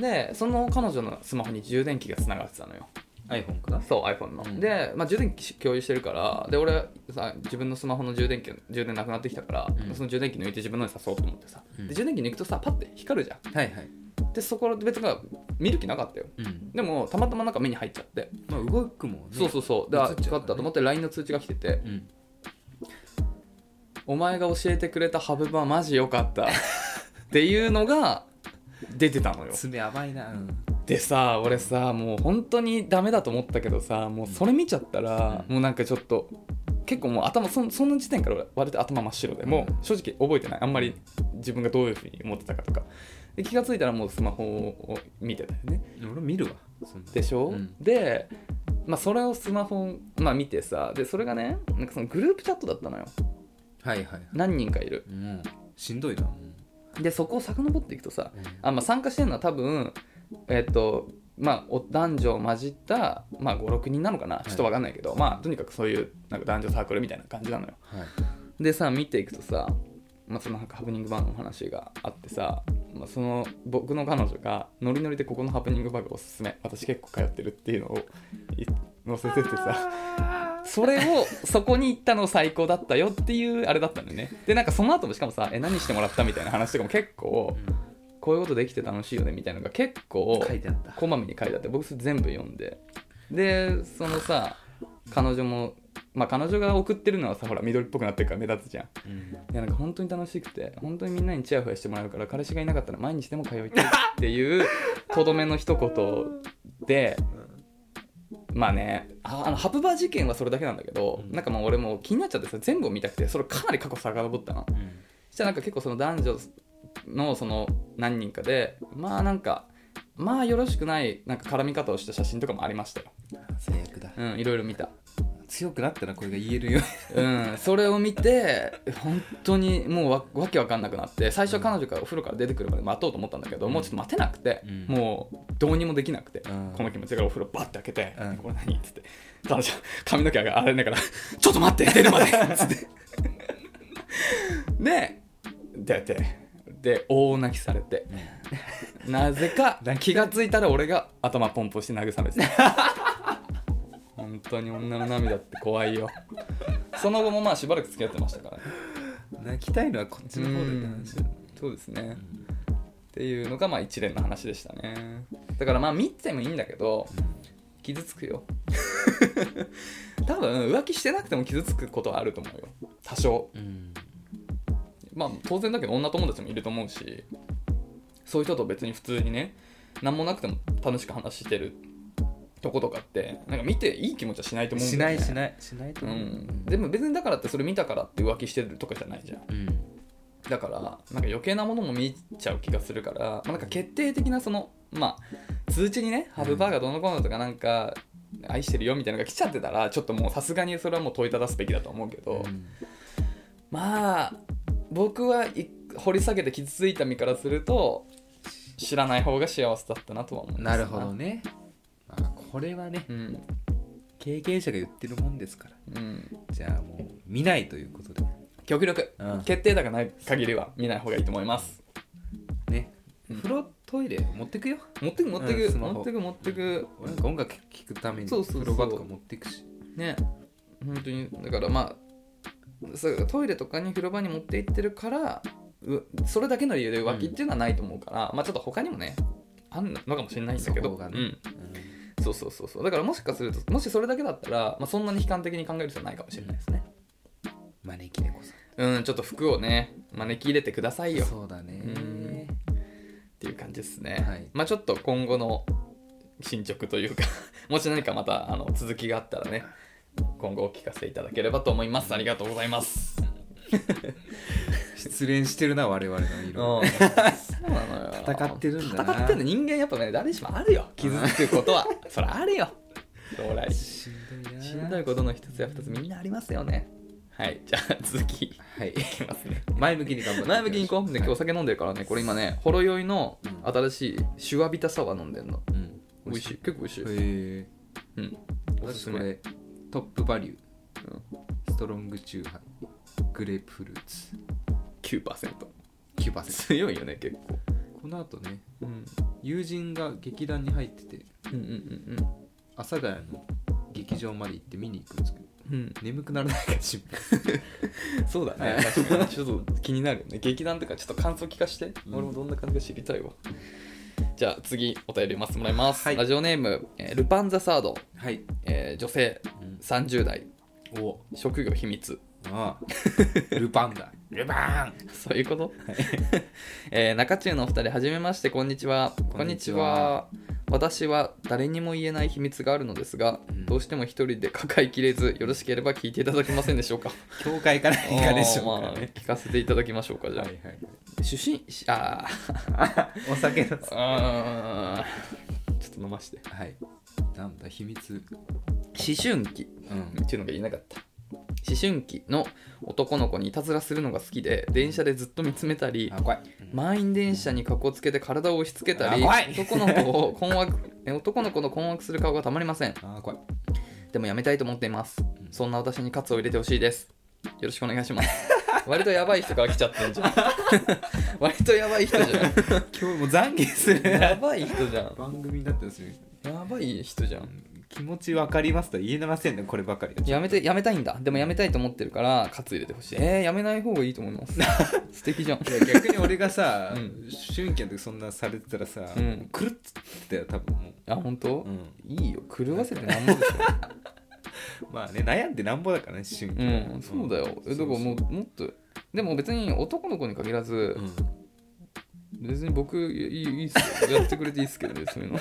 Speaker 2: い
Speaker 1: でその彼女のスマホに充電器がつながってたのよ
Speaker 2: iPhone か
Speaker 1: そう iPhone の、
Speaker 2: うん
Speaker 1: で、まあ、充電器共有してるからで俺さ自分のスマホの充電器充電なくなってきたから、
Speaker 2: うん
Speaker 1: その充電器抜いて自分のに刺そうと思ってさ、
Speaker 2: うん
Speaker 1: で充電器抜くとさパッて光るじゃ
Speaker 2: はいはい、
Speaker 1: んでそこで別に見る気なかったよ
Speaker 2: うん
Speaker 1: でもたまたまなんか目に入っちゃって、
Speaker 2: まあ、動くもんね
Speaker 1: そうそうそうで
Speaker 2: 映っ
Speaker 1: あ
Speaker 2: ちゃうからね
Speaker 1: よかったと思って LINE の通知が来てて
Speaker 2: う、ん、
Speaker 1: お前が教えてくれたハブバーマジよかったっていうのが出てたのよ
Speaker 2: 爪甘いな、うん、
Speaker 1: でさ俺さもう本当にダメだと思ったけどさもうそれ見ちゃったら、
Speaker 2: う
Speaker 1: もうなんかちょっと結構もう頭そその時点から俺割と頭真っ白でもう正直覚えてないあんまり自分がどういうふうに思ってたかとかで気が付いたらもうスマホを見てたよね
Speaker 2: 俺見るわそんな
Speaker 1: でしょ、
Speaker 2: うん
Speaker 1: で、まあ、それをスマホ、まあ、見てさでそれがねなんかそのグループチャットだったのよ
Speaker 2: はいはい
Speaker 1: 何人かいる
Speaker 2: もうしんどいな、
Speaker 1: でそこを遡っていくとさ
Speaker 2: うん
Speaker 1: あ、まあ、参加してるのは多分えっ、とまあお男女を混じった、まあ、56人なのかなちょっと分かんないけど、まあとにかくそういうなんか男女サークルみたいな感じなのよ
Speaker 2: はい、
Speaker 1: でさ見ていくとさ、まあ、そのなんかハプニングバーの話があってさ、まあ、その僕の彼女がノリノリでここのハプニングバーがおすすめ私結構通ってるっていうのをい載せててさそれをそこに行ったの最高だったよっていうあれだったんだよねでなんかその後もしかもさ「え何してもらった?」みたいな話とかも結構こういうことできて楽しいよねみたいなのが結構
Speaker 2: 書いてあった
Speaker 1: こまめに書いてあって僕それ全部読んででそのさ彼女もまあ彼女が送ってるのはさほら緑っぽくなってるから目立つじゃん
Speaker 2: うん
Speaker 1: いやなんか本当に楽しくて本当にみんなにチヤホヤしてもらうから彼氏がいなかったら毎日でも通いたいっていうとどめの一言でまあねああのハプバー事件はそれだけなんだけど、
Speaker 2: うん
Speaker 1: なんかもう俺もう気になっちゃってさ全部を見たくてそれかなり過去遡ったの
Speaker 2: うん
Speaker 1: そしたらなんか結構その男女のその何人かでまあなんかまあよろしくないなんか絡み方をした写真とかもありましたよ
Speaker 2: 最悪だ
Speaker 1: うんいろいろ見た
Speaker 2: 強くなったらこれが言えるよ
Speaker 1: うん、それを見て本当にもうわわけわかんなくなって最初は彼女がお風呂から出てくるまで待とうと思ったんだけど、
Speaker 2: うん
Speaker 1: もうちょっと待てなくて、
Speaker 2: うん
Speaker 1: もうどうにもできなくて、
Speaker 2: うん
Speaker 1: この気持ちがお風呂バッて開けて「
Speaker 2: うん
Speaker 1: これ何?」っつって彼女髪の毛が洗いながら「ちょっと待って出るまで」っ つってで出てで大泣きされてなぜか気がついたら俺が頭ポンポンして慰めてた本当に女の涙って怖いよその後もまあしばらく付き合ってましたからね
Speaker 2: 泣きたいのはこっちの方でって話だよね
Speaker 1: そうですね、っていうのがまあ一連の話でしたねだからまあ見てもいいんだけど傷つくよ 多分浮気してなくても傷つくことはあると思うよ多少
Speaker 2: うん
Speaker 1: まあ当然だけど女友達もいると思うしそういう人と別に普通にね何もなくても楽しく話してるとことかってなんか見ていい気持ちはしないと思うん
Speaker 2: し
Speaker 1: だ
Speaker 2: な
Speaker 1: よ
Speaker 2: い
Speaker 1: ね
Speaker 2: しないしないと
Speaker 1: う
Speaker 2: 思う、
Speaker 1: ん、でも別にだからってそれ見たからって浮気してるとかじゃないじゃん
Speaker 2: うん
Speaker 1: だからなんか余計なものも見ちゃう気がするから、まあ、なんか決定的なそのまあ通知にねハブバーガーどうのこうのとかなんか愛してるよみたいなのが来ちゃってたらちょっともうさすがにそれはもう問いただすべきだと思うけど、
Speaker 2: うん
Speaker 1: まあ僕はい掘り下げて傷ついた身からすると知らない方が幸せだったなとは思いま
Speaker 2: な
Speaker 1: す
Speaker 2: るほどね、まあ、これはね
Speaker 1: うん
Speaker 2: 経験者が言ってるもんですから
Speaker 1: うん
Speaker 2: じゃあもう見ないということで
Speaker 1: 極力、
Speaker 2: うん
Speaker 1: 決定打がない限りは見ない方がいいと思います
Speaker 2: ね、
Speaker 1: うん
Speaker 2: 風呂トイレ持ってくよ
Speaker 1: 持ってく持ってく、
Speaker 2: うんスマホ
Speaker 1: 持ってく持ってく
Speaker 2: 俺なんか音楽聴くために
Speaker 1: そう
Speaker 2: 風
Speaker 1: そうそう
Speaker 2: 呂場とか持ってくし
Speaker 1: ね本当にだからまあそうトイレとかに風呂場に持って行ってるからうそれだけの理由で浮気っていうのはないと思うから、まあちょっと他にもねあんのかもしれないんだけ
Speaker 2: そ
Speaker 1: ど
Speaker 2: こがね
Speaker 1: うん、そうそうそうそうだからもしかするともしそれだけだったら、まあ、そんなに悲観的に考える必要はないかもしれないですね
Speaker 2: 招き猫さ
Speaker 1: うんちょっと服をね招き入れてください
Speaker 2: ん
Speaker 1: よ
Speaker 2: そうだね
Speaker 1: っていう感じですね、
Speaker 2: はい
Speaker 1: まあちょっと今後の進捗というか もし何かまたあの続きがあったらね今後お聞かせいただければと思いますありがとうございます
Speaker 2: 失恋してるな我々の色
Speaker 1: うんそうなのよ
Speaker 2: 戦ってるんだな
Speaker 1: 戦ってるの人間やっぱね誰しもあるよ傷つくこと はそれあるよ将来し
Speaker 2: しんどいなん
Speaker 1: どいことの一つや二つみんなありますよねはいじゃあ続きい
Speaker 2: はい
Speaker 1: きますね
Speaker 2: 前向きに頑張って
Speaker 1: 前向きに行こうね今日お
Speaker 2: 日
Speaker 1: 酒飲んでるからねこれ今ねほろ酔いの新しいシュワビタサワー飲んでんの
Speaker 2: うん
Speaker 1: 美味しい結構美味しい、
Speaker 2: へえ
Speaker 1: うんおす
Speaker 2: 私
Speaker 1: す
Speaker 2: こ
Speaker 1: め
Speaker 2: れトップバリュー
Speaker 1: うん
Speaker 2: ストロングチューハイグレープフルーツ
Speaker 1: 9%
Speaker 2: 9%
Speaker 1: 強いよね結構、
Speaker 2: この後ね
Speaker 1: うん、
Speaker 2: 友人が劇団に入ってて
Speaker 1: うんうんうんうん
Speaker 2: 阿佐ヶ谷の劇場まで行って見に行くんですけど
Speaker 1: うん、
Speaker 2: 眠くならないから心配
Speaker 1: そうだね
Speaker 2: はい確かに
Speaker 1: ちょっと気になるよね劇団とかちょっと感想聞かして、
Speaker 2: うん
Speaker 1: 俺もどんな感じか知りたいわじゃあ次お便り読ませてもらいます、
Speaker 2: はい
Speaker 1: ラジオネーム、えールパン・ザ・サード、
Speaker 2: はい、
Speaker 1: えー女性
Speaker 2: うん、
Speaker 1: 30代
Speaker 2: お
Speaker 1: 職業秘密
Speaker 2: ああ ルパンだルパン
Speaker 1: そういうこと、えー中中のお二人はじめましてこんにちは
Speaker 2: こんにち
Speaker 1: こ
Speaker 2: は
Speaker 1: んにちは私は誰にも言えない秘密があるのですが、
Speaker 2: うん
Speaker 1: どうしても一人で抱えきれずよろしければ聞いていただけませんでしょうか
Speaker 2: 教会からいかでしょうか
Speaker 1: あーま
Speaker 2: ね
Speaker 1: あ 聞かせていただきましょうかじゃあ、
Speaker 2: はいはい
Speaker 1: 出身しあ
Speaker 2: お酒の
Speaker 1: あちょっと飲まして
Speaker 2: はいなんだ秘密
Speaker 1: 思春期
Speaker 2: うん
Speaker 1: っていうのが言えなかった思春期の男の子にいたずらするのが好きで電車でずっと見つめたり
Speaker 2: あ怖い
Speaker 1: 満員電車にかこつけて体を押し付けたり
Speaker 2: あ怖い
Speaker 1: 男の子を困惑え男の子の困惑する顔がたまりません
Speaker 2: あー怖い
Speaker 1: でもやめたいと思っています
Speaker 2: うん
Speaker 1: そんな私にカツを入れてほしいですよろしくお願いし ます割とやばい人から来ちゃってんじゃん割とやばい人じゃ
Speaker 2: 今日もう懺悔する
Speaker 1: ん やばい人じゃん
Speaker 2: 番組になってますね
Speaker 1: やばい人じゃ
Speaker 2: うんん気持ちわかりますとは言えませんねこればかりは
Speaker 1: やめてやめたいんだでもやめたいと思ってるからカツ入れてほしいえー、やめない方がいいと思います 素敵じゃん
Speaker 2: いや逆に俺がさ、
Speaker 1: うん
Speaker 2: 春季の時そんなされてたらさ、
Speaker 1: うん
Speaker 2: くるっつってよ多分も
Speaker 1: あ本当、
Speaker 2: う、うん
Speaker 1: いいよ狂わせてなんぼでしょ
Speaker 2: まあね悩んでなんぼだからね春季は、
Speaker 1: うん、そうだよ。えだからもう
Speaker 2: そ
Speaker 1: もっとでも別に男の子に限らず
Speaker 2: う、ん
Speaker 1: 別に僕いいいいっすよやってくれていいっすけ どねそういうの。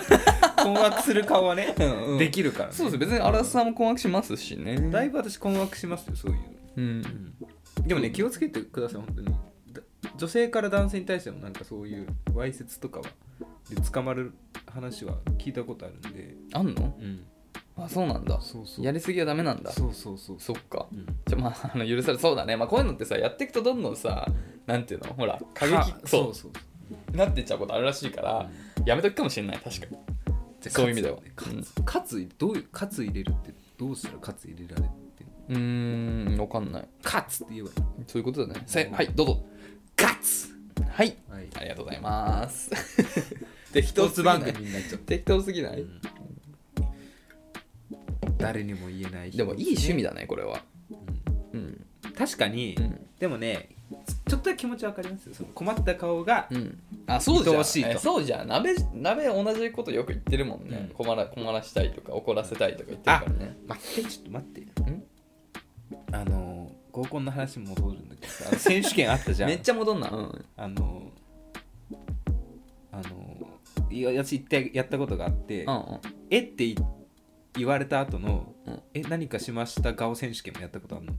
Speaker 2: 困惑する顔はね、
Speaker 1: うん
Speaker 2: できるから、ね、
Speaker 1: そうです別に荒ラスさんも困惑しますしね。
Speaker 2: だいぶ私困惑しますよそういうの、
Speaker 1: うん。
Speaker 2: でもね気をつけてください本当にだ女性から男性に対してもなんかそういうわいせつとかはで捕まる話は聞いたことあるんで、
Speaker 1: あんの？
Speaker 2: うん、
Speaker 1: あそうなんだ。
Speaker 2: そうそう
Speaker 1: やりすぎはダメなんだ。そ
Speaker 2: そうそうそう
Speaker 1: っか。
Speaker 2: うん
Speaker 1: じゃあまああの許されそうだね。まあこういうのってさやっていくとどんどんさなんていうのほら過激
Speaker 2: か
Speaker 1: そ
Speaker 2: そううそう
Speaker 1: なってっちゃうことあるらしいから、やめとくかもしれない確かに。
Speaker 2: じゃあ
Speaker 1: そういう意味では
Speaker 2: カツ,、カツどういうカツ入れるってどうしたらカツ入れられるっていうの
Speaker 1: うーんわかんない。
Speaker 2: カツって言えばいい
Speaker 1: そういうことだね。せはいどうぞ。
Speaker 2: カツ
Speaker 1: はい。
Speaker 2: はい
Speaker 1: ありがとうございます。 適
Speaker 2: 一つ番
Speaker 1: すぎない
Speaker 2: 組になっちゃった
Speaker 1: 適当すぎない、
Speaker 2: 誰にも言えない
Speaker 1: でもいい趣味だね、これは。うん。
Speaker 2: 確かに、
Speaker 1: うん。
Speaker 2: でもねちょっとだけ気持ちわかりますよその困った顔が、
Speaker 1: うん、あ、そうじゃ
Speaker 2: 愛
Speaker 1: ん
Speaker 2: おしいと
Speaker 1: えそうじゃん。鍋、鍋同じことよく言ってるもんね。
Speaker 2: うん
Speaker 1: 困ら困らしたいとか、怒らせたいとか言ってるからね。
Speaker 2: 待ってちょっと待って
Speaker 1: ん
Speaker 2: あのー合コンの話に戻るんだけどさあの選手権あったじゃん
Speaker 1: めっちゃ戻んな。うん。
Speaker 2: あのあのいや私行ってやったことがあって、
Speaker 1: うんうん
Speaker 2: えってい言われた後の、
Speaker 1: うん
Speaker 2: え何かしました顔選手権もやったことあるの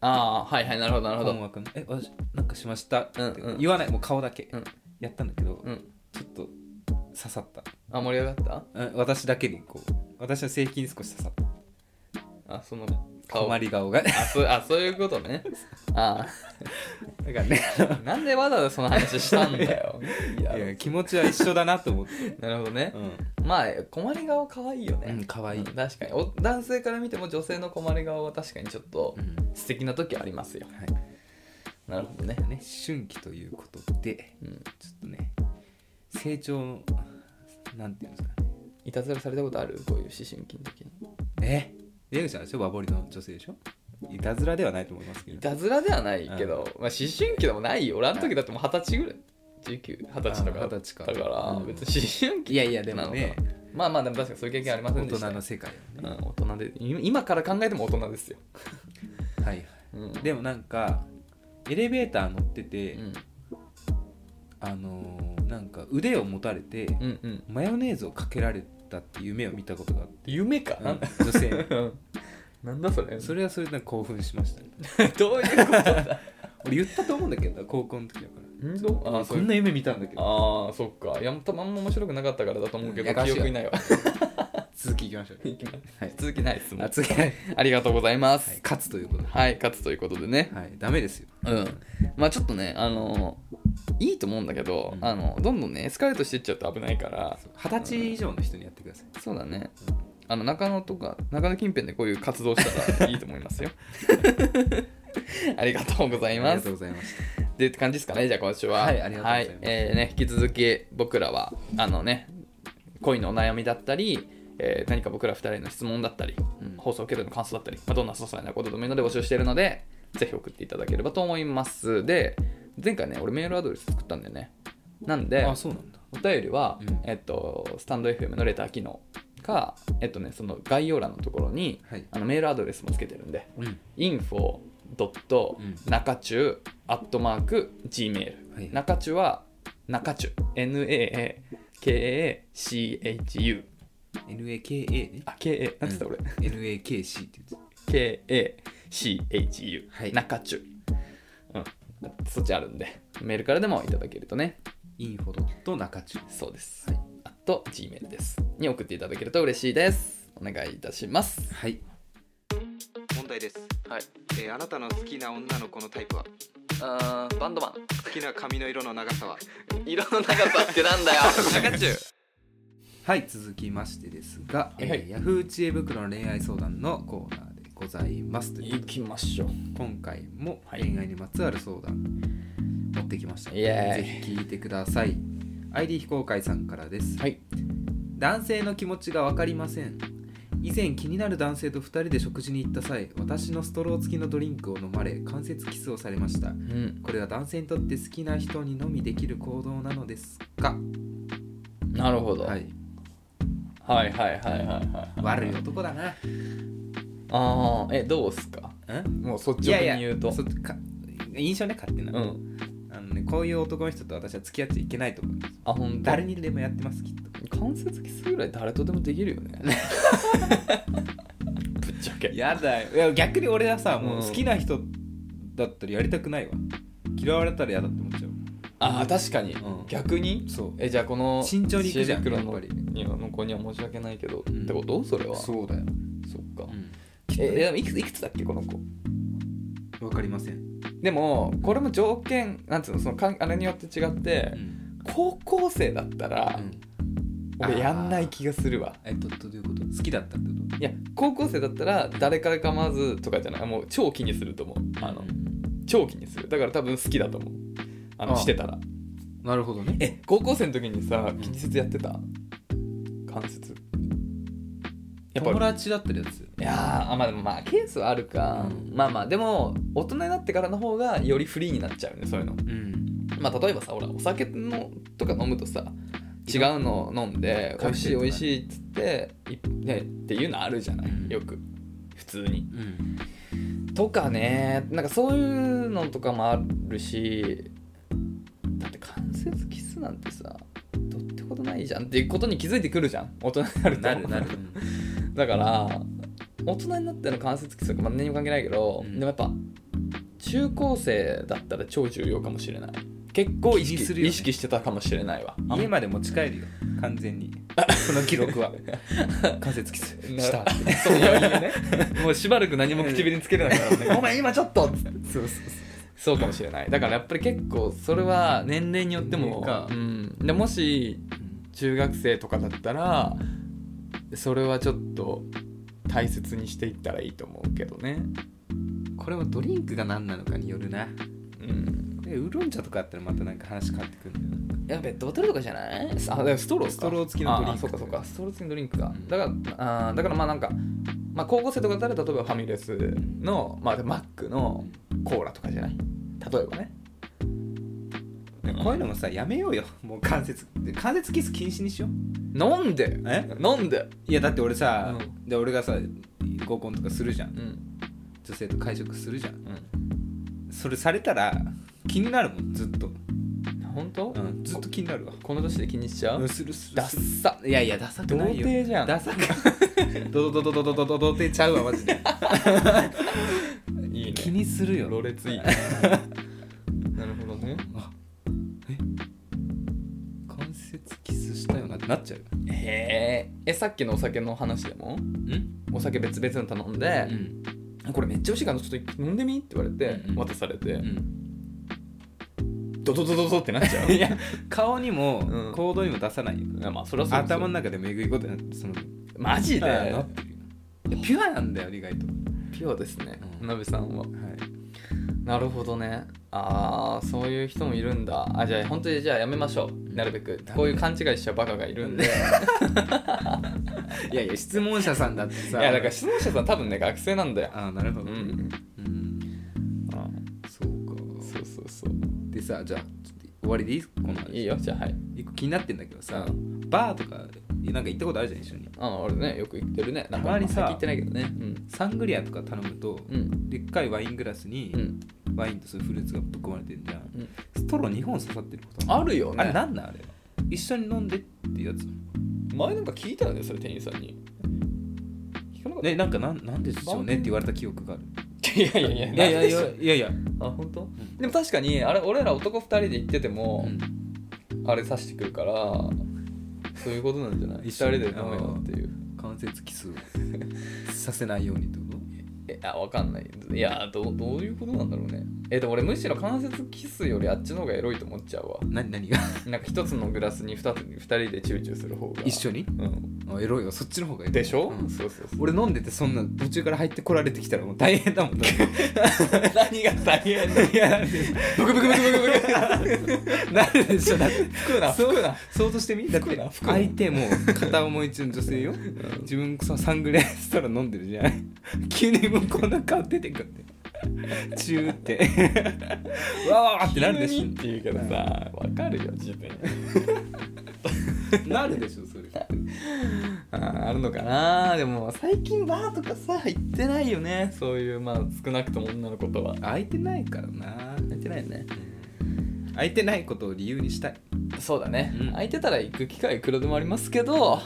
Speaker 1: ああー、はいはい、なるほど、なるほ
Speaker 2: 困
Speaker 1: ど。
Speaker 2: 惑のえ私なんかしましたって
Speaker 1: うんうん
Speaker 2: 言わないもう顔だけ、
Speaker 1: うん
Speaker 2: やったんだけど、
Speaker 1: うん。
Speaker 2: ちょっと刺さった
Speaker 1: あ、盛り上がった
Speaker 2: うん私だけにこう私の性器に少し刺さった
Speaker 1: あ、その顔。
Speaker 2: 困
Speaker 1: あ
Speaker 2: り顔がだか
Speaker 1: そうあ、そういうことね。あ
Speaker 2: らね
Speaker 1: あ。なんでわざわざその話したんだよ。い
Speaker 2: い
Speaker 1: や
Speaker 2: や気持ちは一緒だな と思って、
Speaker 1: なるほどね。
Speaker 2: うん
Speaker 1: まあ困り顔可愛いよね、
Speaker 2: うん可愛い
Speaker 1: うん確かにお男性から見ても女性の困り顔は確かにちょっと
Speaker 2: うん
Speaker 1: 素敵な時ありますよ
Speaker 2: はい
Speaker 1: なるほどね
Speaker 2: ね、春季ということで
Speaker 1: うん、
Speaker 2: ちょっとね成長のなんていうんですかね
Speaker 1: いたずらされたことあるこういう思春期の時に
Speaker 2: え出口さんでしょ和彫りの女性でしょいたずらではないと思いますけ
Speaker 1: い
Speaker 2: ど
Speaker 1: たずらではないけど、まあ、思春期でもないよ俺あの時だってもう二十歳ぐらい19二十歳とか
Speaker 2: あ二十歳か
Speaker 1: だから、
Speaker 2: うん
Speaker 1: 別に思春期
Speaker 2: いやいやで
Speaker 1: なの
Speaker 2: も
Speaker 1: か
Speaker 2: ね
Speaker 1: まあまあでも確かにそういう経験ありません
Speaker 2: 大
Speaker 1: でした
Speaker 2: 人
Speaker 1: ね
Speaker 2: の世界はね、
Speaker 1: うん、大人で今今から考えても大人ですよ、
Speaker 2: はいはい
Speaker 1: うん、
Speaker 2: でもなんかエレベーター乗ってて、
Speaker 1: うん
Speaker 2: あのーなんか腕を持たれて、
Speaker 1: うんうん
Speaker 2: マヨネーズをかけられたっていう夢を見たことがあって、
Speaker 1: 夢か、なんだ
Speaker 2: 女性に
Speaker 1: なんだそれ
Speaker 2: それはそれで興奮しましたね
Speaker 1: どういうこと
Speaker 2: 俺言ったと思うんだけど高校の時だか
Speaker 1: 運動あ
Speaker 2: ら
Speaker 1: ーそ
Speaker 2: こ
Speaker 1: うい
Speaker 2: ん
Speaker 1: う
Speaker 2: な夢見たんだけど
Speaker 1: あーそっかいや多分あんま面白くなかったからだと思うけ
Speaker 2: うんや
Speaker 1: ど
Speaker 2: かし
Speaker 1: 記
Speaker 2: いわ
Speaker 1: 憶にないわ
Speaker 2: 続きいきましょ う
Speaker 1: いきます
Speaker 2: はい
Speaker 1: 続きないですもん
Speaker 2: あ次はい
Speaker 1: ありがとうございますはい、
Speaker 2: 勝つということで
Speaker 1: 勝つということでね
Speaker 2: はいダメですよ
Speaker 1: うんまあちょっとねあのいいと思うんだけど、
Speaker 2: うん
Speaker 1: あのどんどんねエスカレートしていっちゃうと危ないから
Speaker 2: 二十歳以上の人にやってください
Speaker 1: そうだねあの中野とか中野近辺でこういう活動したらいいと思いますよありがとうござい
Speaker 2: あり
Speaker 1: ま
Speaker 2: が
Speaker 1: す
Speaker 2: とうございました
Speaker 1: でって感じですかねじゃあ今週は
Speaker 2: はいありがとうございます
Speaker 1: はえーね、引き続き僕らはあのね恋のお悩みだったり、えー何か僕ら2人の質問だったり、
Speaker 2: うん
Speaker 1: 放送を受けての感想だったり、まあ、どんな些細なことでもいいので募集しているのでぜひ送っていただければと思いますで前回ね俺メールアドレス作ったんだよねなんで
Speaker 2: あそうなんだ
Speaker 1: お便りは、
Speaker 2: うん
Speaker 1: えっと、スタンド FM のレター機能か、えっとね、その概要欄のところに
Speaker 2: はい
Speaker 1: あのメールアドレスもつけてるんで
Speaker 2: うん
Speaker 1: info.
Speaker 2: ん
Speaker 1: 中中アットマーク Gmail、
Speaker 2: はい
Speaker 1: 中中は中中 NAKACHU
Speaker 2: NAKA ね
Speaker 1: あ KA なんて言った俺、
Speaker 2: NAKC って言って
Speaker 1: KACHU、
Speaker 2: はい
Speaker 1: 中中、うん、そっちあるんでメールからでもいただけるとね
Speaker 2: インフォと中中
Speaker 1: そうです、
Speaker 2: はい
Speaker 1: あと Gmail ですに送っていただけると嬉しいですお願いいたします
Speaker 2: はい問題です、
Speaker 1: はい
Speaker 2: えーあなたの好きな女の子のタイプは
Speaker 1: あバンドマン
Speaker 2: 好きな髪の色の長さは
Speaker 1: 色の長さってなん だよ中中
Speaker 2: はい続きましてですが、えー
Speaker 1: はいはい
Speaker 2: ヤフー知恵袋の恋愛相談のコーナーでございますという
Speaker 1: 行きましょう
Speaker 2: 今回も
Speaker 1: はい
Speaker 2: 恋愛にまつわる相談持ってきましたので、
Speaker 1: イエーイ
Speaker 2: ぜひ聞いてください ID 非公開さんからです、
Speaker 1: はい
Speaker 2: 男性の気持ちが分かりません以前気になる男性と2人で食事に行った際私のストロー付きのドリンクを飲まれ関節キスをされました
Speaker 1: うん
Speaker 2: これは男性にとって好きな人にのみできる行動なのですか
Speaker 1: なるほど、
Speaker 2: はい
Speaker 1: はいはいはいはいはい
Speaker 2: 悪い男だな
Speaker 1: ああえどうっすか
Speaker 2: ん
Speaker 1: もう率直に
Speaker 2: いやいや
Speaker 1: 言うと
Speaker 2: そっか印象ね勝手な、
Speaker 1: うん
Speaker 2: あのねこういう男の人と私は付き合っちゃいけないと思う
Speaker 1: あほんと
Speaker 2: 誰にでもやってますきっと
Speaker 1: 関節キスぐらい誰とでもできるよ ね ぶっちゃけ
Speaker 2: やだよいや逆に俺はさもう
Speaker 1: うん
Speaker 2: 好きな人だったらやりたくないわ嫌われたら嫌だって思っちゃう
Speaker 1: ああ確かに、
Speaker 2: うん
Speaker 1: 逆に
Speaker 2: そう
Speaker 1: えじゃあこの
Speaker 2: 慎重に行くじゃん
Speaker 1: 知恵袋の
Speaker 2: やっぱ
Speaker 1: いや向こうには申し訳ないけど、
Speaker 2: うん
Speaker 1: ってことそれは
Speaker 2: そうだよ、
Speaker 1: そっか、え
Speaker 2: え
Speaker 1: でもいくついくつだっけこの子
Speaker 2: わかりません、
Speaker 1: でもこれも条件なんつうのそのかんあれによって違って、高校生だったら、俺やんない気がするわ
Speaker 2: えっとどういうこと好きだったってこと
Speaker 1: いや高校生だったら誰からかまずとかじゃないもう超気にすると思うあの、超気にするだから多分好きだと思うあの
Speaker 2: ああ
Speaker 1: してたら
Speaker 2: なるほどね
Speaker 1: え高校生の時にさ近接やってた関節やっぱ
Speaker 2: 友達だったりやつ
Speaker 1: いやーあまあでもまあケースはあるか、
Speaker 2: うん
Speaker 1: まあまあでも大人になってからの方がよりフリーになっちゃうねそういうの
Speaker 2: うん
Speaker 1: まあ例えばさほらお酒のとか飲むとさ違うの飲んで美
Speaker 2: カク
Speaker 1: 味しい
Speaker 2: テルとか
Speaker 1: 美
Speaker 2: ね
Speaker 1: 味しいっつっていねっていうのあるじゃな
Speaker 2: うん
Speaker 1: いよく普通に
Speaker 2: うん
Speaker 1: とかねなんかそういうのとかもあるしだって関節キスなんてさどうってことないじゃんっていうことに気づいてくるじゃん大人になると
Speaker 2: なるなる、
Speaker 1: だから大人になっての関節キスとかまあ何も関係ないけど、
Speaker 2: うん
Speaker 1: でもやっぱ中高生だったら超重要かもしれない結構意識
Speaker 2: 気にするよね
Speaker 1: 意識してたかもしれないわ
Speaker 2: 家まで持ち帰るよ完全 にその記 録は関節キス
Speaker 1: な
Speaker 2: した
Speaker 1: そういうね もうしばらく何も唇につけれないから ね「ごめん今ちょっと」っつって
Speaker 2: そうそう
Speaker 1: そうかもしれないだからやっぱり結構それは年齢によっても
Speaker 2: 年齢か
Speaker 1: うん、でもし中学生とかだったらそれはちょっと大切にしていったらいいと思うけどね
Speaker 2: これはドリンクが何なのかによるな
Speaker 1: うん
Speaker 2: でウーロン茶とかあったらまたなんか話変わってくるんだよな
Speaker 1: やべボトルとかじゃないあだからストローか
Speaker 2: ストロー付きのドリンク
Speaker 1: あそうかそうかストロー付きのドリンクか、
Speaker 2: うん
Speaker 1: だからあーだからまあなんか、まあ、高校生とかだったら例えばファミレスの、まあ、マックのコーラとかじゃない例えばね
Speaker 2: こういうのもさやめようよもう関節関節キス禁止にしよう
Speaker 1: 飲んで
Speaker 2: え
Speaker 1: 飲んで、
Speaker 2: いやだって俺さ、
Speaker 1: うん
Speaker 2: で俺がさ合コンとかするじゃん
Speaker 1: うん
Speaker 2: 女性と会食するじゃん
Speaker 1: うん、
Speaker 2: それされたら気になるもんずっと、
Speaker 1: 本当、
Speaker 2: うん、ずっと気になるわ
Speaker 1: この年で気にしちゃう、
Speaker 2: うんするする
Speaker 1: ダッサ
Speaker 2: いやいやダサく
Speaker 1: 童
Speaker 2: ないよ
Speaker 1: 貞じゃん
Speaker 2: ダサくドドドドドドドド童貞ちゃうわマジで
Speaker 1: いい
Speaker 2: 気にするよ
Speaker 1: ろれつ いなるほどね
Speaker 2: あえ関節キスしたよなってなっちゃう
Speaker 1: へ
Speaker 2: よ
Speaker 1: ええさっきのお酒の話でも
Speaker 2: うん
Speaker 1: お酒別々の頼んで、これめっちゃ美味しいからちょっと飲んでみって言われて、
Speaker 2: うんうん
Speaker 1: 渡されて、
Speaker 2: うん
Speaker 1: ドドドドドってなっ ちゃう
Speaker 2: いや顔にも
Speaker 1: うん
Speaker 2: 行動にも出さないよ
Speaker 1: いやまあそれはそうですよ
Speaker 2: 頭の中で巡りことになってその
Speaker 1: マジで
Speaker 2: あーなってるよいやピュアなんだよ意外と
Speaker 1: ピュアですね、
Speaker 2: うん
Speaker 1: なべさんは
Speaker 2: はい
Speaker 1: なるほどねああそういう人もいるんだあじゃあ本当にじゃあやめましょうなるべく
Speaker 2: ダメ
Speaker 1: こういう勘違いしちゃうバカがいるんで
Speaker 2: いやいや質問者さんだって
Speaker 1: い
Speaker 2: さ
Speaker 1: やだから質問者さん多分ね学生なんだよ
Speaker 2: ああなるほ
Speaker 1: う
Speaker 2: ど、
Speaker 1: ん
Speaker 2: うん
Speaker 1: あ
Speaker 2: そうか
Speaker 1: そうそうそう
Speaker 2: でさじゃあちょっと終わりでいいこの話
Speaker 1: いいよじゃあはい
Speaker 2: 一個気になってんだけどさバーとかなんか行ったことあるじゃん一緒に
Speaker 1: ああ俺ねよく行ってるねなんか
Speaker 2: たまにさ
Speaker 1: 最近行ってないけどねうん
Speaker 2: サングリアとか頼むと、
Speaker 1: うん
Speaker 2: でっかいワイングラスに
Speaker 1: うん
Speaker 2: ワインとそういうフルーツがぶっ込まれてんじゃん、
Speaker 1: うん
Speaker 2: ストロー2本刺さってること
Speaker 1: あるよね
Speaker 2: あれなんなんあれは一緒に飲んでっていうやつ
Speaker 1: 前なんか聞いたよねそれ店員さんに聞かなかった
Speaker 2: ねなんかなんなんでしょうねって言われた記憶がある
Speaker 1: いやいやいや
Speaker 2: いやいやいや
Speaker 1: なんでしょ
Speaker 2: いやいや、
Speaker 1: あ本当でも確かにあれ俺ら男2人で行ってて
Speaker 2: う
Speaker 1: も、
Speaker 2: ん
Speaker 1: あれ刺してくるからそういうことなんじゃない
Speaker 2: 一
Speaker 1: 一
Speaker 2: 緒
Speaker 1: 緒
Speaker 2: に
Speaker 1: でダメよっていう
Speaker 2: 関節キスをさせないようにってこと
Speaker 1: えあわかんないいやどうどういうことなんだろうねえでも俺むしろ関節キスよりあっちの方がエロいと思っちゃうわ
Speaker 2: 何何が
Speaker 1: なんか一つのグラスに二つ二人でチューチューする方が
Speaker 2: 一緒に
Speaker 1: うん
Speaker 2: あエロいわそっちの方がエロい
Speaker 1: でしょ、
Speaker 2: うん
Speaker 1: そうそうそう
Speaker 2: 俺飲んでてそんな途中から入ってこられてきたらもう大変だも ん
Speaker 1: 何が大変だ
Speaker 2: いやブクブクブクブクブク なるでしょだって
Speaker 1: 服な服な
Speaker 2: 想像してみだっ
Speaker 1: 服
Speaker 2: て
Speaker 1: な服な
Speaker 2: 相手も片思い中の女 性よ自分さサングラスたら飲んでるじゃ ない急に向こうの顔出てくるってチューってわーってなるで
Speaker 1: 急
Speaker 2: し
Speaker 1: にって言うけどさわかるよ自分
Speaker 2: ょ なるでしょそれ
Speaker 1: あーあるのかなでも最近バーとかさ行ってないよねそういうまあ少なくとも女の子とは
Speaker 2: 空いてないからな
Speaker 1: 行ってないよね
Speaker 2: 空いてないことを理由にしたい
Speaker 1: そうだね、
Speaker 2: うん
Speaker 1: 空いてたら行く機会いくらでもありますけど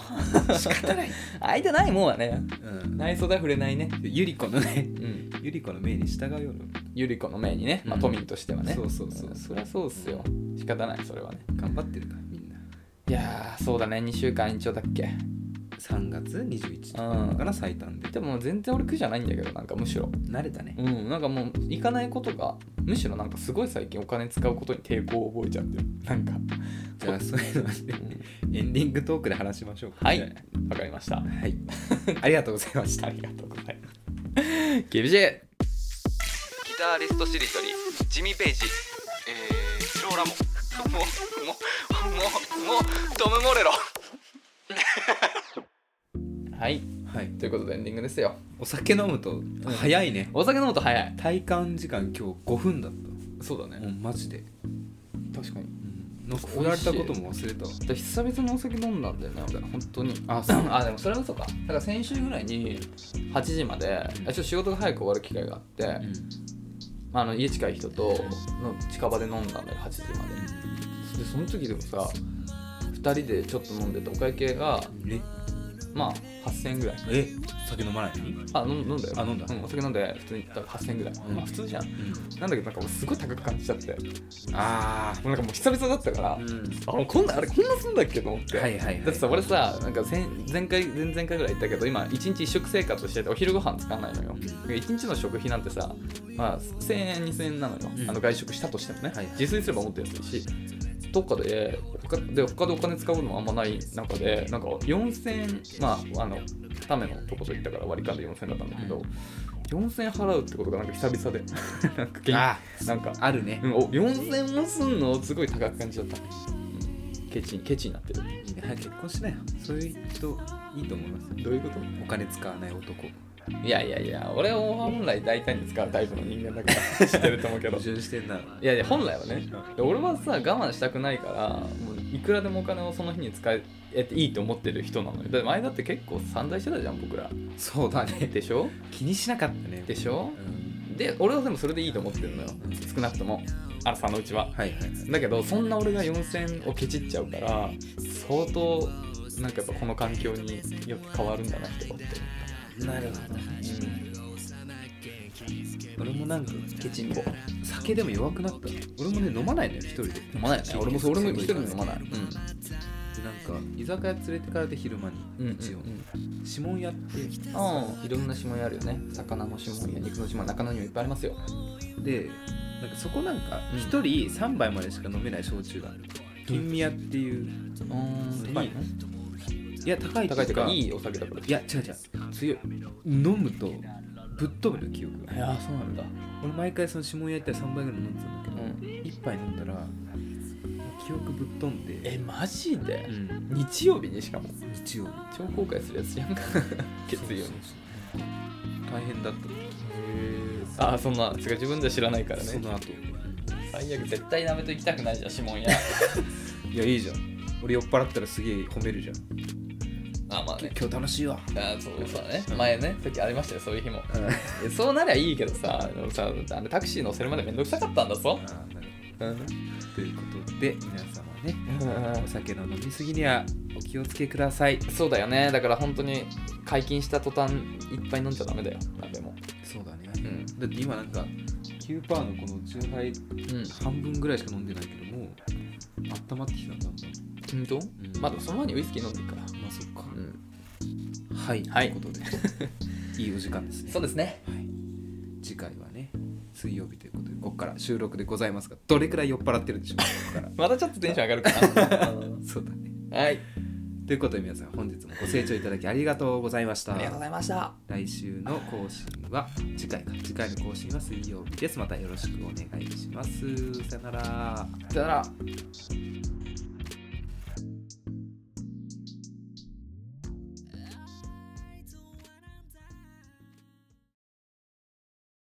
Speaker 2: 仕方ない、
Speaker 1: 空いてないもんはね
Speaker 2: うん、
Speaker 1: 内装では触れないね
Speaker 2: ゆり子のね
Speaker 1: うん
Speaker 2: ゆり子の命に従うよ
Speaker 1: ゆり子の命にね、まあ、
Speaker 2: うん
Speaker 1: 都民としてはね、
Speaker 2: そうそうそうん
Speaker 1: そりゃそうっすよ仕方ないそれはね
Speaker 2: 頑張ってるからみんない
Speaker 1: やーそうだね2週間延長だっけ
Speaker 2: 3月21日かな最短で
Speaker 1: でも全然俺苦じゃないんだけどなんかむしろ
Speaker 2: 慣れたね
Speaker 1: うんなんかもう行かないことがむしろなんかすごい最近お金使うことに抵抗を覚えちゃってるなんか
Speaker 2: じゃあそういうのはねエンディングトークで話しましょうか
Speaker 1: はいわかりました
Speaker 2: はい ありがとうございました
Speaker 1: ありがとうございます厳しいギタリストしりとりジミー・ペイジえー、スローラモもうもうもうもうトム・モレロ はい
Speaker 2: はい
Speaker 1: ということでエンディングですよ
Speaker 2: お酒飲むと早いね
Speaker 1: お酒飲むと早い
Speaker 2: 体感時間今日5分だっ
Speaker 1: そう
Speaker 2: た
Speaker 1: だ
Speaker 2: もうマジで
Speaker 1: 確かに
Speaker 2: なんか振られたことも忘れたわ
Speaker 1: で久々にお酒飲んだんだよね俺本当に
Speaker 2: あそう
Speaker 1: あでもそれは嘘かだから先週ぐらいに8時まで、あ
Speaker 2: うん
Speaker 1: ちょっと仕事が早く終わる機会があって、まあ、あの家近い人との近場で飲んだんだよ8時まででその時でもさ2人でちょっと飲んでてお会計が
Speaker 2: え
Speaker 1: まあ8000円ぐらい
Speaker 2: え酒飲まないのに
Speaker 1: あ飲ん飲んだよ
Speaker 2: あ飲んだ
Speaker 1: うお酒飲んで普通に多分8000円ぐらい、
Speaker 2: うん
Speaker 1: まあ普通じゃんなんだけどなんか俺すごい高く感じちゃっても
Speaker 2: あ
Speaker 1: うなんかもう久々だったから、
Speaker 2: あん
Speaker 1: あこんなあれこんなすんだっけと思って、
Speaker 2: はいはいはい
Speaker 1: だってさ俺さなんか前前回前々回ぐらい言ったけど今一日一食生活しててお昼ご飯つかないのよ
Speaker 2: うん
Speaker 1: で一日の食費なんてさ、まあ、1000円2000円なのよ、
Speaker 2: うん
Speaker 1: あの外食したとしてもね、
Speaker 2: はいはい
Speaker 1: 自炊すればもっと安いしどっかで他で他でお金使うのもあんまない中でなんか4000円まああのためのとこと行ったから割り勘で4000円だったんだけど、4000円払うってことがなんか久々で なんか現
Speaker 2: あ
Speaker 1: なんか
Speaker 2: あるね
Speaker 1: うん、お4000もすんのすごい高く感じちゃった、うんケチケチになってる
Speaker 2: いいね早く結婚しなよそういう人いいと思います
Speaker 1: どういうこと
Speaker 2: お金使わない男
Speaker 1: いやいやいや俺は本来大胆に使うタイプの人間だから知ってると思うけど
Speaker 2: 矛
Speaker 1: い
Speaker 2: 盾してんな
Speaker 1: やいや本来はねで俺はさ我慢したくないからもういくらでもお金をその日に使えていいと思ってる人なのよだって前だって結構散財してたじゃん僕ら
Speaker 2: そうだね
Speaker 1: でしょ
Speaker 2: 気にしなかったね
Speaker 1: でしょ
Speaker 2: うん
Speaker 1: で俺はでもそれでいいと思ってるのよ少なくとも朝のうちは
Speaker 2: はいはいはい
Speaker 1: だけどそんな俺が4000をケチっちゃうから相当なんかやっぱこの環境によって変わるんだなって思って、
Speaker 2: なるほど俺もなんか
Speaker 1: ケチンボ
Speaker 2: 酒でも弱くなった俺もね飲まないのよ一人で
Speaker 1: 飲まないよね俺もそう俺も一人で飲まない
Speaker 2: でなんか居酒屋連れてかれて昼間
Speaker 1: うん、うん
Speaker 2: に一応指紋やっ
Speaker 1: う
Speaker 2: て
Speaker 1: ん、いろんな指紋あるよね魚の指紋や肉の指紋魚にもいっぱいありますよ
Speaker 2: でなんかそこなんか
Speaker 1: うん
Speaker 2: 一人3杯までしか飲めない焼酎がある金宮っていう
Speaker 1: うーん高いの
Speaker 2: いや高い
Speaker 1: 高いというかい
Speaker 2: い
Speaker 1: いお酒だから
Speaker 2: いや違う違う強い飲むとぶっ飛ぶの記憶が
Speaker 1: いやそうなんだ
Speaker 2: 俺毎回その指紋やったら3杯ぐらい飲んでたんだけど
Speaker 1: う
Speaker 2: 1杯飲んだら記憶ぶっ飛んで、
Speaker 1: えマジで、
Speaker 2: ん、
Speaker 1: 日曜日にしかも
Speaker 2: 日曜日
Speaker 1: 超後悔するやつじゃんか 月曜
Speaker 2: そう
Speaker 1: 日
Speaker 2: そう
Speaker 1: 大変だった
Speaker 2: そう
Speaker 1: ああそんなつか自分じゃ知らないから
Speaker 2: そ
Speaker 1: ね
Speaker 2: の後
Speaker 1: 最悪絶対なめと行きたくないじゃん指紋や
Speaker 2: いやいいじゃん俺酔っ払ったらすげえ褒めるじゃん
Speaker 1: あまあね
Speaker 2: 今日楽しいわ
Speaker 1: あーそうそうだね前ねさっきありましたよそういう日も
Speaker 2: うんあ
Speaker 1: えそうなりゃいいけどさでもさあのタクシー乗せるまでめんどくさかったんだぞ
Speaker 2: ーなる
Speaker 1: うん
Speaker 2: ほ どということで皆様ね
Speaker 1: うん
Speaker 2: お酒の飲みすぎにはお気をつけください
Speaker 1: そうだよねだから本当に解禁した途端いっぱい飲んじゃダメだよ鍋も
Speaker 2: そうだね
Speaker 1: うん
Speaker 2: だって今なんか9%のこの酎ハイ
Speaker 1: うん
Speaker 2: 半分ぐらいしか飲んでないけどもう温まってきたんだんだ
Speaker 1: 本当、
Speaker 2: ん
Speaker 1: まだその前にウイスキー飲んでるから
Speaker 2: まあそっか、
Speaker 1: うん
Speaker 2: はい、
Speaker 1: はい
Speaker 2: という ことでいいお時間ですね
Speaker 1: そうですね
Speaker 2: はい、次回はね水曜日ということでここから収録でございますがどれくらい酔っ払ってるでしょうかここか
Speaker 1: またちょっとテンション上がるかなうん
Speaker 2: らそうだね
Speaker 1: はい
Speaker 2: ということで皆さん本日もご清聴いただきありがとうございました
Speaker 1: ありがとうございました
Speaker 2: 来週の更新は次回か次回の更新は水曜日ですまたよろしくお願いしますさよなら
Speaker 1: さよなら